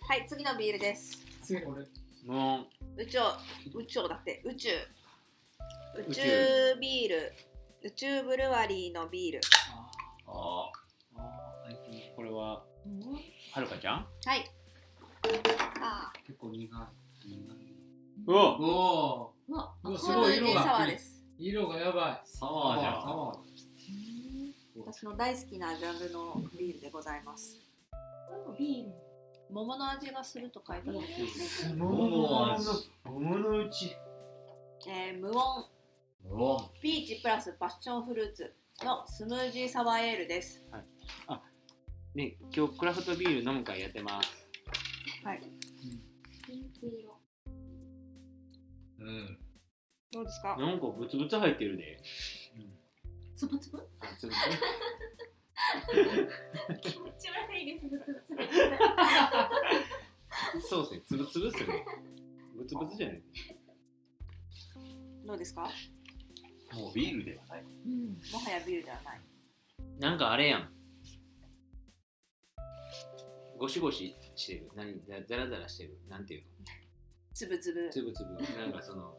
B: はい次のビールです
F: 次俺
D: も
B: 宇宙宇宙だって宇宙宇
D: 宇宙
B: 宙ビール宇宙ブルワリーのビール
G: あ
C: あ
G: ーあー、IPA
D: うこれは
E: うん
D: はるかちゃん
B: はいあ
G: 結構苦い。苦いう
D: わ
G: お
E: うわ
F: うわ
B: ー
F: す
B: こ
F: ご
B: れ
F: い
B: ルー
F: 色
B: ティーサ
F: が
B: ワーです
F: 色がやば
C: サワーじゃん
B: 私の大好きなジャンルのビールでございます
E: うんビール。
B: 桃の味がすると書いてある、
C: 桃の味
D: 桃のうち
B: えー無音
C: うわ
B: ピーチプラスパッションフルーツのスムージーサワーエールです
D: ね今日クラフトビール飲む会やってます
E: ピンク色。
C: うん
B: どうですか
D: なんかブツブツ入ってるで
E: つぶつぶ。
D: あつぶつ
E: 気持ち悪いです。つぶつぶ。
D: [LAUGHS] そうですね、つぶつぶっすね。ぶつぶつじゃない。
B: どうですか
C: もうビールではない
E: うん。
B: もはやビールではない
D: なんかあれやん。ゴシゴシしてる。何ザザラザラしてる。なんていうの
B: つぶつぶ
D: つぶつぶ。なんかその、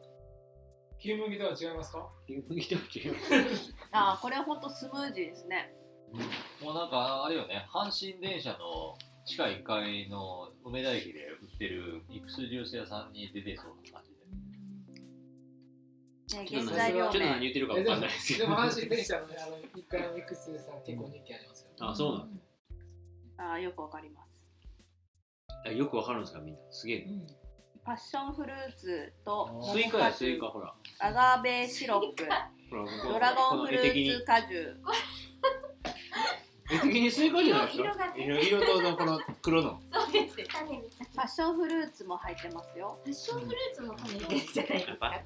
D: [LAUGHS]
F: い牛麦とは違いますか
D: 牛麦とは違う。
B: [LAUGHS] あーこれはほんとスムージーですね
C: もうなんかあれよね阪神電車の地下1階の梅田駅で売ってるミックスジュース屋さんに出てそうな感じで
B: ね
D: ちょっと
B: 原材
D: 何ちょ
B: 料
D: っと何
B: 名
D: 言ってるか
F: え
D: わ
F: で
D: か
F: も
D: んないですけ
F: で
D: ど。
F: も阪神電車のねあの1階のミックスさん結構人気ありますよ、
D: あ、そうなの
B: あーよくわかります
D: [LAUGHS] あよくわかるんですか、みんな。すげえ。
E: うん。
B: パッションフルーツと
D: スイカやスイカ、ほら。
B: アガーベシロップ
D: ほら、 [LAUGHS] こ
B: ドラ
D: こ
B: ゴン
D: の
B: フ
D: 絵
B: ル
D: 的
B: ー
D: に
B: ツ。果汁
D: 絵的にスイカじゃないです
B: [LAUGHS]
D: か。
E: 色がね
D: 色色とのこの黒の。
E: そうです。種に。
B: パッションフルーツも入ってますよ
E: パッションフルーツの種にじゃないですか。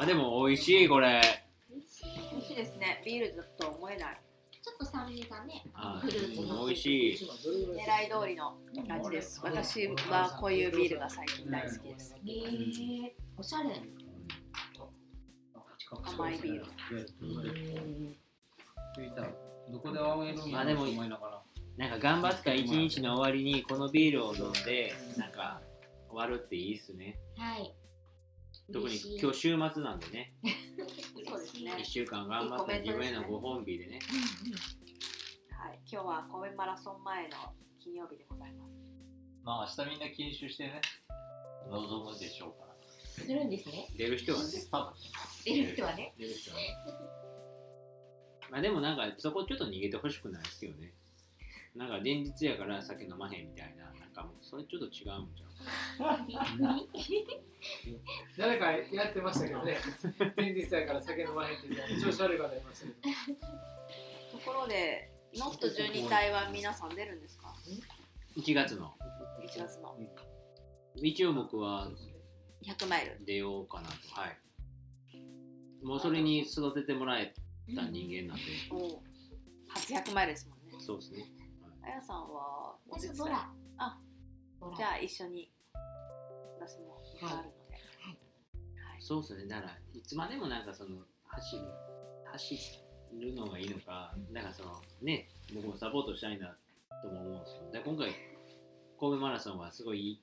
D: あ、でも美味しい、これ。
E: 美味し
B: 美味し
E: い。
B: いですねビールとは思えない
E: ちょっと酸味がね、あの
D: あ
E: フルーツの。
D: 美味しい。
F: 一番どれぐら
B: 狙い通りの味です私はこういうビールが最近大好きです
E: えー、おしゃれ。
B: 甘いビール
G: 着いたどこで青いのに
D: あでも
G: 思いながら
D: なんか頑張った一日の終わりにこのビールを飲んでなんか終わるっていいっすね
E: はい。
D: 特
E: 嬉し
D: に
E: い
D: 今日週末なんでね
B: そうですね
D: 1週間頑張った自分へのご褒美でね
B: はい、今日は公園マラソン前の金曜日でございます。
C: まあ明日みんな禁酒してね望むでしょうから
E: するんですね。
D: 出る人はね
C: 多分
E: 出る人はね。
D: 出る人はねまあでもなんかそこちょっと逃げてほしくないですよねなんか前日やから酒飲まへんみたいななんかもうそれちょっと違うんじゃん
F: 誰かやってましたけどね、前日だから酒飲まへんって言って、調子悪い方いましたけど、
B: ところで、ノット12体は皆さん出るんですか
D: 1月の
B: 1月の
D: 一応僕は
B: 100マイル
D: 出ようかなと。はい。もうそれに育ててもらえた人間なんで、
B: を初100マイルですもんね
D: そうですね。
B: あやさんはもう
E: 私
B: 実
E: ボ
B: 際
E: ラ
B: あ
E: ボラ
B: じゃあ一緒に私もいっぱいあるので、はい
D: そうですね。だから、いつまでもなんかその、走る、走るのがいいのか、なんかその、ね、僕もサポートしたいなとも思うんですよ。で、今回、神戸マラソンはすごいいい、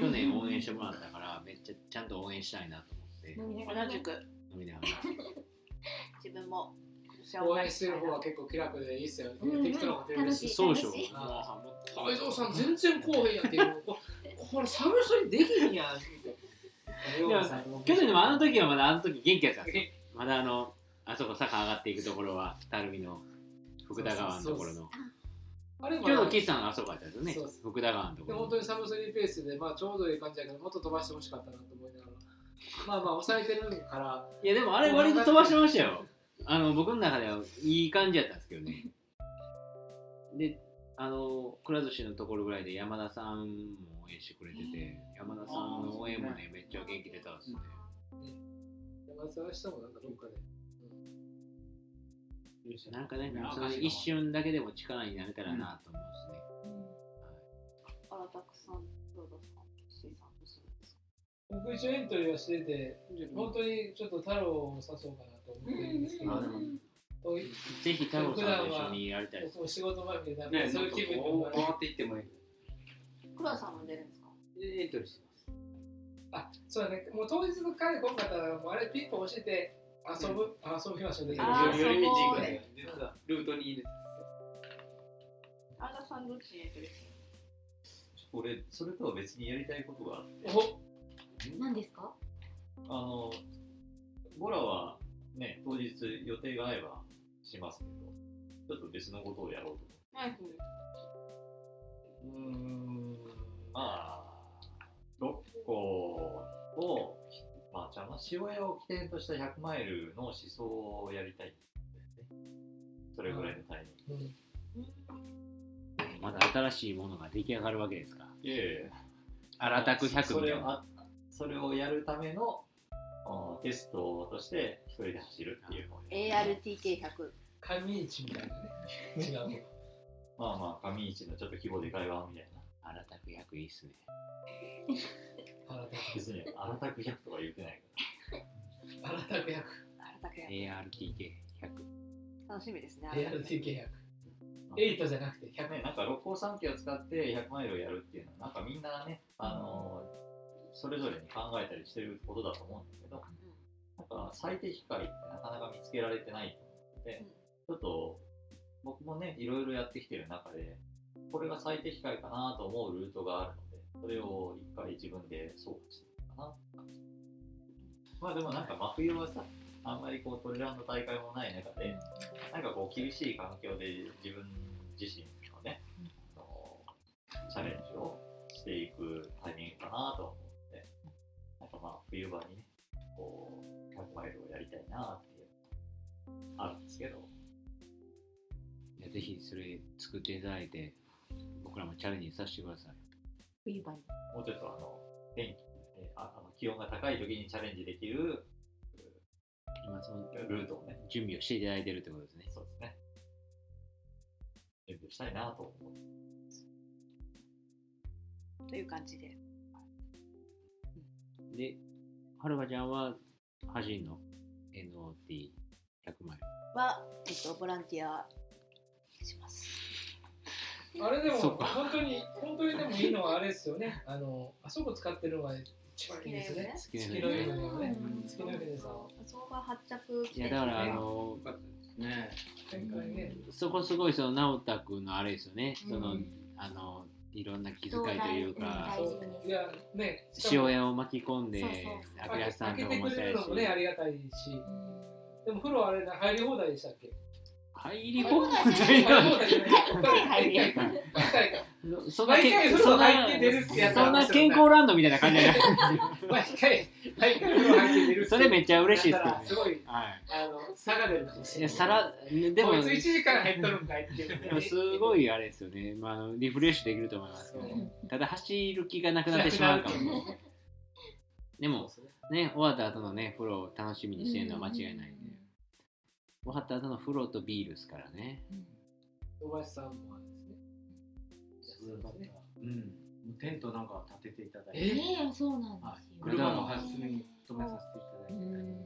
D: 去年応援してもらったから、めっちゃちゃんと応援したいなと思って、
E: 飲みながら
B: 同じく
D: 飲みながら。
B: 自分も
F: 応援してる方は結構気楽でいいっすよね。適当なこと言うし。
D: そうでしょ。
E: 楽しい
F: あいつおさん全然こうへんやっていう。ここれ寒そうにできんやん。
D: 去年でもあの時はまだあの時元気やったんですよ。まだあの、あそこ坂上がっていくところは、垂水の福田川のところの。
F: あれも
D: 今日の岸さんがあそこやったんですよね
F: そうです。
D: 福田川のとこ
F: で
D: ろ
F: 本
D: の。
F: 当にサムソニーペースで、まあ、ちょうどいい感じだけど、もっと飛ばしてほしかったなと思いながら、まあまあ、抑えてるから、
D: いやでもあれ割と飛ばしてましたよ。あの、僕の中ではいい感じやったんですけどね。で、あの、くら寿司のところぐらいで山田さんも応援してくれてて、山田さんの応援もね、めっちゃ元気出たんですよね。
F: 山田さんはしたもなんかどっかで、
D: なんかね、その一瞬だけでも力になれたらなと思うんですね。
B: あらたくさんどうですか岸井さんどうするんですか
F: 僕一応エントリーはしてて、本当にちょっと太郎を誘そうかなと思ってるんですけど、
G: あでも
D: ぜひ太郎さんと一緒にやりたいです。
F: 僕も仕事前みたいな、
G: ね、
F: そ
G: そうう
F: い
G: いうう
F: 気
G: 気
F: 分
G: 分
F: で
G: で
F: もらえる
G: 回っていってもいい。
B: 黒さんも出るんですか
G: エントリーしてます。
F: あ、そうだね、もう当日の帰り今方は、もうあれピンポン押してて、遊ぶ、遊びましょうね。
B: あー
G: 寄り道行く
B: そ
G: ん
B: う
G: で、実はルートにいる。
B: あらたさんどっちにやってるんですか
C: 俺、それとは別にやりたいことがあって、
F: お
E: 何ですか
C: あの、ボラはね、当日予定が合えばしますけど、ちょっと別のことをやろうと思って
B: 何する
C: うーんまあ、6個を、まあ、茶の塩屋を起点とした100マイルの思想をやりたいんだよね。それぐらいのタイミング。
F: うん
D: まだ新しいものが出来上がるわけですから。
C: いえいえ
D: 新たく100
C: そ
D: み
C: れ
D: たい
C: を
D: な。
C: あそれをやるためのあテストとして一人で走るっていうのをね
B: ARTK100
F: 神市みたいなね。違 [LAUGHS] うもん。
C: まあまあ、上市のちょっと規模でかいわみたいな。
D: 新たく100いいっすね。
F: あなた、
C: 別に、あらたく100とか言ってないか
F: あなた500、 [LAUGHS]
B: あらたく
D: ARTK100。
B: 楽しみですね
F: ARTK100。
C: ら。
F: エイトじゃなくて100
C: ね、なんか六甲山系を使って100マイルをやるっていうのはなんかみんなね、あのーそれぞれに考えたりしてることだと思うんだけどなんか最適解ってなかなか見つけられてないと思ってて、ちょっと僕もねいろいろやってきてる中でこれが最適解かなと思うルートがあるのでそれを一回自分で総合してみようかなって感じまあでもなんか真冬はさあんまりこうトレランの大会もない中で、なんかこう厳しい環境で自分自身のね、あのチャレンジをしていくタイミングかなと思うので、なんかまあ冬場にね、こう、100マイルをやりたいなっていうのがあるんですけど、
D: いやぜひそれ作っていただいて、僕らもチャレンジさせてください。
E: 冬場に
C: もうちょっとあの、天気、えああの気温が高い時にチャレンジできる
D: 今その
C: ルートをね、
D: 準備をしていただいてるってことですね。
C: そうですね、準備したいなと思う。
B: という感じで
D: で、はるかちゃんは走るの ?NOT100 マイ
B: は、えっと、ボランティアします
F: あれでも
D: そうか
F: 本当に本当にでもいいのはあれですよ
D: [LAUGHS]
F: ね。あのあそこ使ってるのが一番いいですね。
D: 好きな
F: 月の
D: ように
F: 湯船のね
E: う。ん
F: 月の湯船さんは
B: そこが発着
D: いやだからあの
G: ね
F: 前回ね。
D: そこすごいその直太君のあれですよね、その
E: うん
D: あのいろんな気遣いというか
E: そ
F: そうういやね。
D: 塩屋を巻き込んで
E: そうそうそう
D: 悪役さんと
F: 開
D: か
F: けて
D: も
F: く
D: し
F: れ
D: たい
F: る
D: し
F: のもねありがたいし。でも風呂あれな入り放題でしたっけ？
D: 入り放題
F: 入り
D: な
F: 放題じゃない。一回か一回か。
D: のそんな
F: 毎回風呂入って出るってやつ
D: そんな健康ランドみたいな感じじゃない
F: 毎回一体格の発見出る
D: それめっちゃ嬉しいですけどね
F: すごい
D: はい
F: あの差が出るかもし
D: い
F: れ
D: や
F: ない
D: さらでも
F: こいつ1時間減っとるんかいっていうのね
D: でもすごいあれですよね、まああの、リフレッシュできると思いますけど、ただ走る気がなくなってしまうかも。
F: [LAUGHS]
D: でも、ね、終わった後のね、風呂を楽しみにしてるのは間違いないんで、終わった後の風呂とビールですからね。
F: 小林さんもあれですね
G: うん、もうテントなんか立てていただい
E: え
G: て、
E: えそうなんで
G: は
E: す
G: い、
E: よ。
G: 車も初めに止めさせていただ
E: う
G: いて、うん
E: ん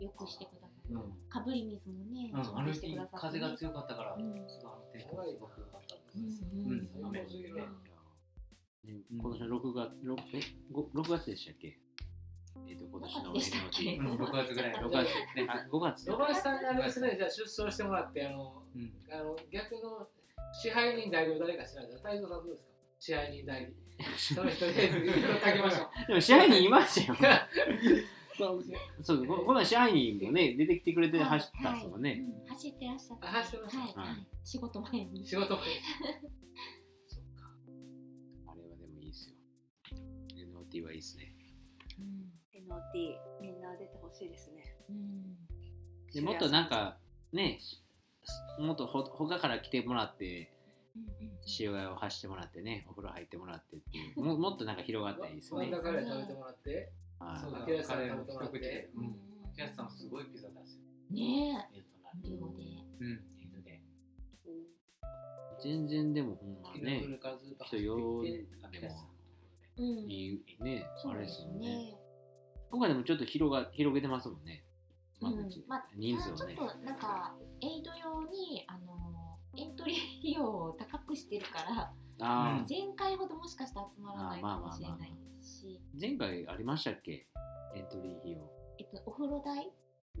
E: よくしてください。かぶり水もね、
G: うんあの
E: して
G: 日風が強かったから、
E: うん
G: すごいあのテントがすごく良かった
E: う
G: です。
E: んうん
G: うん、雨の日ね。
D: ね
G: うん
D: 今年の6月、6, えご6月でしたっけえっ、と、今年の
E: でしたっけ
G: うん、6月ぐらい、
D: 6
G: 6
D: 月
G: 月。
D: ね、あ5月
F: 小林さんにあれですねじゃあ出走してもらってあの
G: うん、
F: あの逆の支配人代表誰か知らないです泰造さんどうですか支配人代理その人とりあえず言ってあげましょう
D: でも支配人いましたよ。
E: [LAUGHS]
D: そうそう、ここの支配人もね、出てきてくれて走ったんですもんね。
E: はいうん走ってらっしゃった。
F: あ走ってました
E: はい、
D: はい
E: はい仕事前
D: [LAUGHS]
E: に。
F: 仕事も
D: そっか。あれはでもいいですよ。NOT はいいですね。
E: うん。
B: NOT みんな出てほしいですね
E: うん
D: でもっとなんか、ね、しもっとほ他から来てもらって、塩貝を走ってもらってね、お風呂入ってもらってっていう、ももっとなんか広がったらいいです
F: 真
E: [LAUGHS]
F: ん
D: ね。
F: 中から食べてもらって
D: はい
F: そうだ
G: 明さんと一口で、
E: う
G: うんん。明さんすごいピザ出して
E: ね
G: えっとな
E: え、量で。
G: うん、えっとね、
D: 全然でもほんま
G: 昨日
D: ね
G: 来、るからずっ
D: 人
G: と走って
D: 用
G: きて、
D: で
G: 明さん。
D: も
E: うん。
D: いいね、あれですよね。
E: そう
D: 今回でもちょっと広が広げてますもんね。間
E: です
D: 口
E: ね。うん、まあ、
D: 人数を
E: ちょっ
D: ね。
E: となんかエイド用にあのエントリー費用を高くしてるから、
D: ああ、
E: 前回ほどもしかしたら集まらない
D: あま
E: か
D: あまあま
E: も
D: あ
E: しれないし、
D: 前回ありましたっけエントリー費用。
E: えっとお風呂代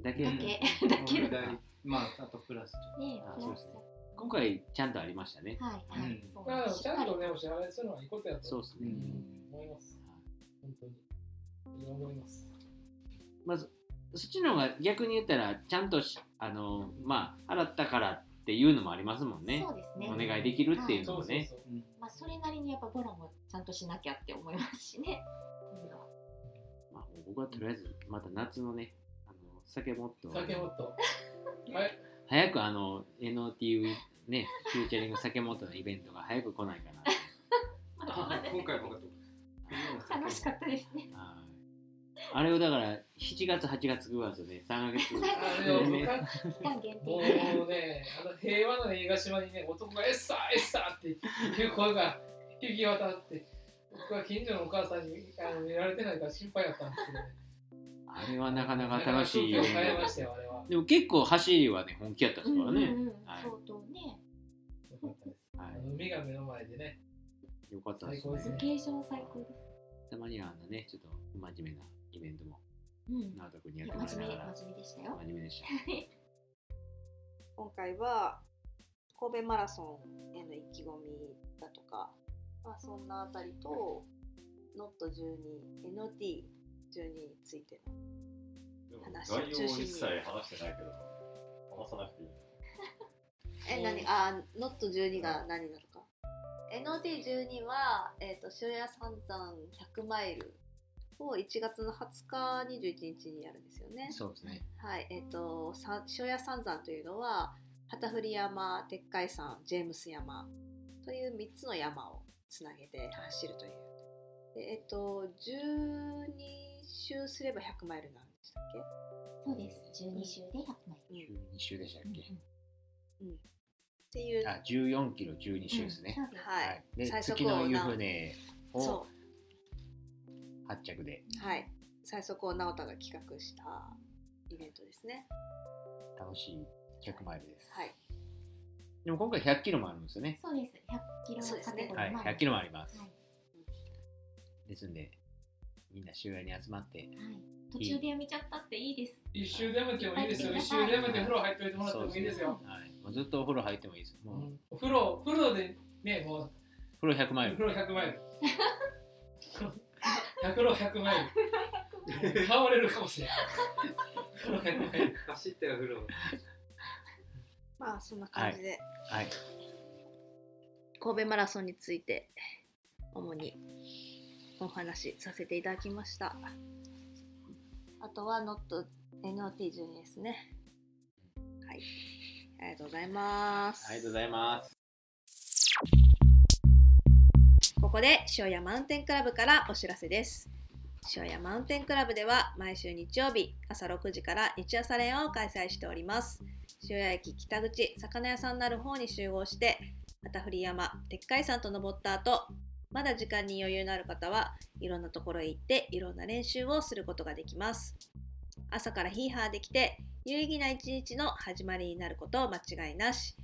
D: だけ
E: だけだけだね、
G: まあ、あとプラスちょっ
D: あ
E: プラス
D: 今回ちゃんとありましたね。
E: はいはい、
G: うん
E: そう
F: まあ
E: し
F: ち
E: っ
F: ゃ
E: か
F: ん
E: り
F: とねお支払いするのはいいことやと
D: そうです
G: と。う
D: ね。
G: ん
F: 思います本当にそう思います
D: まずそっちの方が逆に言ったらちゃんとしあのまあ洗ったからっていうのもありますもんね
E: そう。ですね
D: お願いできるっていう
F: そ
D: のも
F: うそう
D: ね。
F: そう
G: うん
E: まあ、それなりにやっぱボラもちゃんとしなきゃって思いますしね
D: まあ僕はとりあえずまた夏のねあの酒もっと
F: 酒もっ
D: [LAUGHS]
F: とはい
D: 早くあの NOTU ねフューチャリング酒もっとのイベントが早く来ないか
E: [LAUGHS]
D: なって。
G: あ今回僕
E: 楽しかったですね
D: はいあれをだから7月8月9月ね3ヶ月。
F: あれを向かっ
E: 期間限
F: も
E: 定で
F: うね、あの平和の映画島にね、男がエッサーエッサーっていう声が響き渡って、僕は近所のお母さんにあの見られてないから心配だったんですけどね。
D: あれはなかなか楽しい
F: よ。
D: よ
F: 変えましたよ、あれは。
D: でも結構走りはね本気やったですからね。
E: うんうんうん
D: はい
E: 相当ね
F: よかったです
D: は
F: あの海が目の前でね、
D: い、よかったです
F: 最高です
D: ね
F: ね。
E: ケーション最高です
D: たまにはあのね、ちょっと不真面目なイベントも、
E: うん
D: 直人君に
E: い
D: やっ
E: や
D: てもら
E: 真
D: いな
E: 面目
D: がら、
E: 真面目でしたよ
D: 真面目でした。
B: 今回は神戸マラソンへの意気込みだとか、まあ、そんなあたりと NOT12NOT12 についての話を
C: 概要
B: 中
C: を
B: 心に
C: 一切話してないけど、話さなくていい。
B: え、何あ、NOT12 が何なのか NOT12 は、えっと塩屋三山100マイルを1月の20日21日にやるんですよね
D: そうですね。
B: はい、えっ、と、さ塩屋三山というのは、旗振山、鉄海山、ジェームス山という3つの山をつなげて走るという。でえっ、と、12周すれば100マイルなんでしたっ
E: そうです12週で100枚
B: け、うん、っ
D: 12週でしたっけ、
B: ていう、
D: あ、14キロ12週ですね。
E: そうです
B: はい、
D: で、
B: 最速
D: 月
B: を
D: の湯
B: な
D: 船を
B: そ
D: 発着で、
B: う、はい、最速を直太が企画したイベントですね。
D: 楽しい100マイルです。
B: はい、
D: でも今回100キロもあるんですよね。
E: そうです100キロ
B: そうですね
E: カテゴ
D: は
E: リ
D: い、
E: ーも
D: 100キロもあります。
E: はい
D: ですんで、みんな集合に集まって、
E: はい途中でやめちゃったっていいです
F: 一周でもってもいいですよ。一周でもって風呂入っておいてもらってもいいですよ。
D: はい、もうずっとお風呂入ってもいいです。もう、
F: うんお風呂、風呂でね、もう、
D: 風呂100マイル。
F: 風呂100マイル。風呂100マイ
D: [LAUGHS]
F: ル。倒れるかもしれない。風呂100マイル。
G: 走ってお風呂。
B: まあ、そんな感じで、
D: はい。
B: 神戸マラソンについて、主にお話しさせていただきました。あとは not NOT12 ですね。はい。ありがとうございます。
D: ありがとうございます。
B: ここで塩屋マウンテンクラブからお知らせです。塩屋マウンテンクラブでは毎週日曜日朝6時から日朝練を開催しております。塩屋駅北口魚屋さんなる方に集合して、また振山、でっかい山と登った後、まだ時間に余裕のある方はいろんなところへ行っていろんな練習をすることができます。朝からヒーハーできて有意義な一日の始まりになること間違いなし。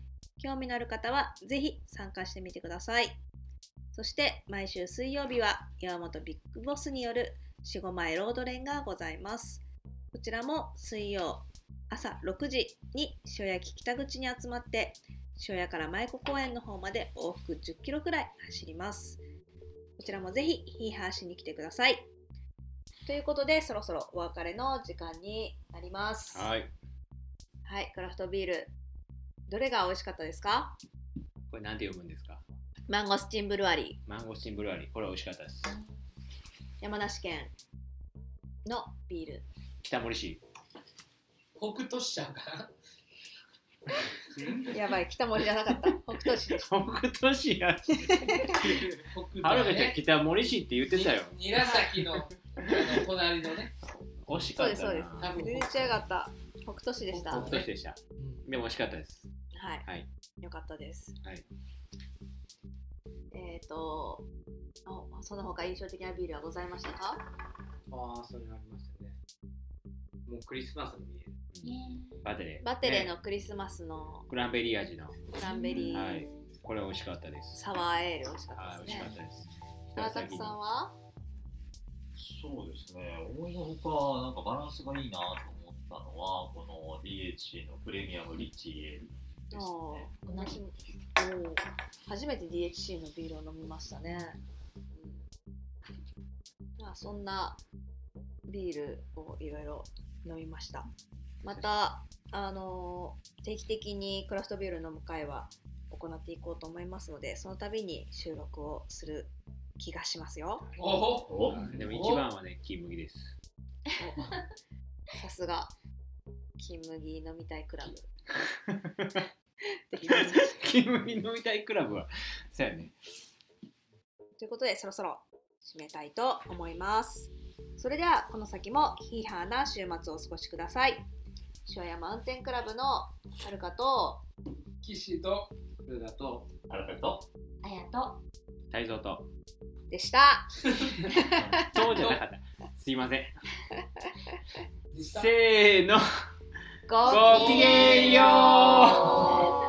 B: 興味のある方はぜひ参加してみてください。そして毎週水曜日は岩本ビッグボスによる四五前ロード連がございます。こちらも水曜朝6時に塩焼き北口に集まって塩屋から舞子公園の方まで往復10キロくらい走ります。こちらもぜひヒーハーしに来てください。ということでそろそろお別れの時間になります。はい、
D: はい。
B: クラフトビールどれが美味しかったですか
D: これなんて読むんですか
B: マンゴスチンブルワリー
D: マンゴスチンブルワリー。これ美味しかったです。
B: 山梨県のビール
D: 北森市。
F: 北斗支社が
B: やばい、北森じゃなか
D: [LAUGHS]
B: った。北斗市でし。
D: 北斗市や。
F: 北斗
D: はるかちゃん北森市って言ってたよ。
F: に韮崎のあの隣のね、
D: 惜した
B: そ
D: か
B: う
D: っ
B: です、そうで
D: たな
B: す。
F: 多分
B: 全然違かった。北斗市でした。
D: 北
B: は
D: 斗市でした。でも美味しかったで
B: い。
D: す。はい
B: よかったです。
D: はい
B: えっ、とあ、その他印象的なビールはございましたか
D: ああ、それありましたね。もうクリスマスに見える。バテレ。
B: バテレー
D: ね。
B: のクリスマスの
D: クランベリー味の。
B: クランベリ
D: は
B: ー
D: い。これ美味しかったです。
B: サワーエール、美味しか
D: は
B: った
D: い、
B: で
D: 美
B: す
D: 味しかっ
B: ね。
D: たです。
B: 川崎さんは
C: そうですね、思いのほか、なんかバランスがいいなと思ったのは、この DHC のプレミアムリッチイエールです
B: お
C: ね。
B: ー同じおー初めて DHC のビールを飲みましたね、うんまあ、そんなビールをいろいろ飲みましたまた、あのー定期的にクラフトビール飲む会は行っていこうと思いますのでその度に収録をする気がしますよ
F: おほ
C: お
D: うんでも一番はね、金麦です。
B: さすが金麦飲みたいクラブできました
D: 金麦飲みたいクラブは、そうやね。
B: ということでそろそろ締めたいと思いますそれではこの先もヒーハーな週末をお過ごしください塩屋マウンテンクラブのはるかと
F: 岸と
D: それだと、
C: あらかと。
E: あやと
D: 泰造と。
B: でした
D: [LAUGHS] そうじゃなかった。すいません。
F: でした
D: せーの。
B: ご
D: ごきげんよう
B: う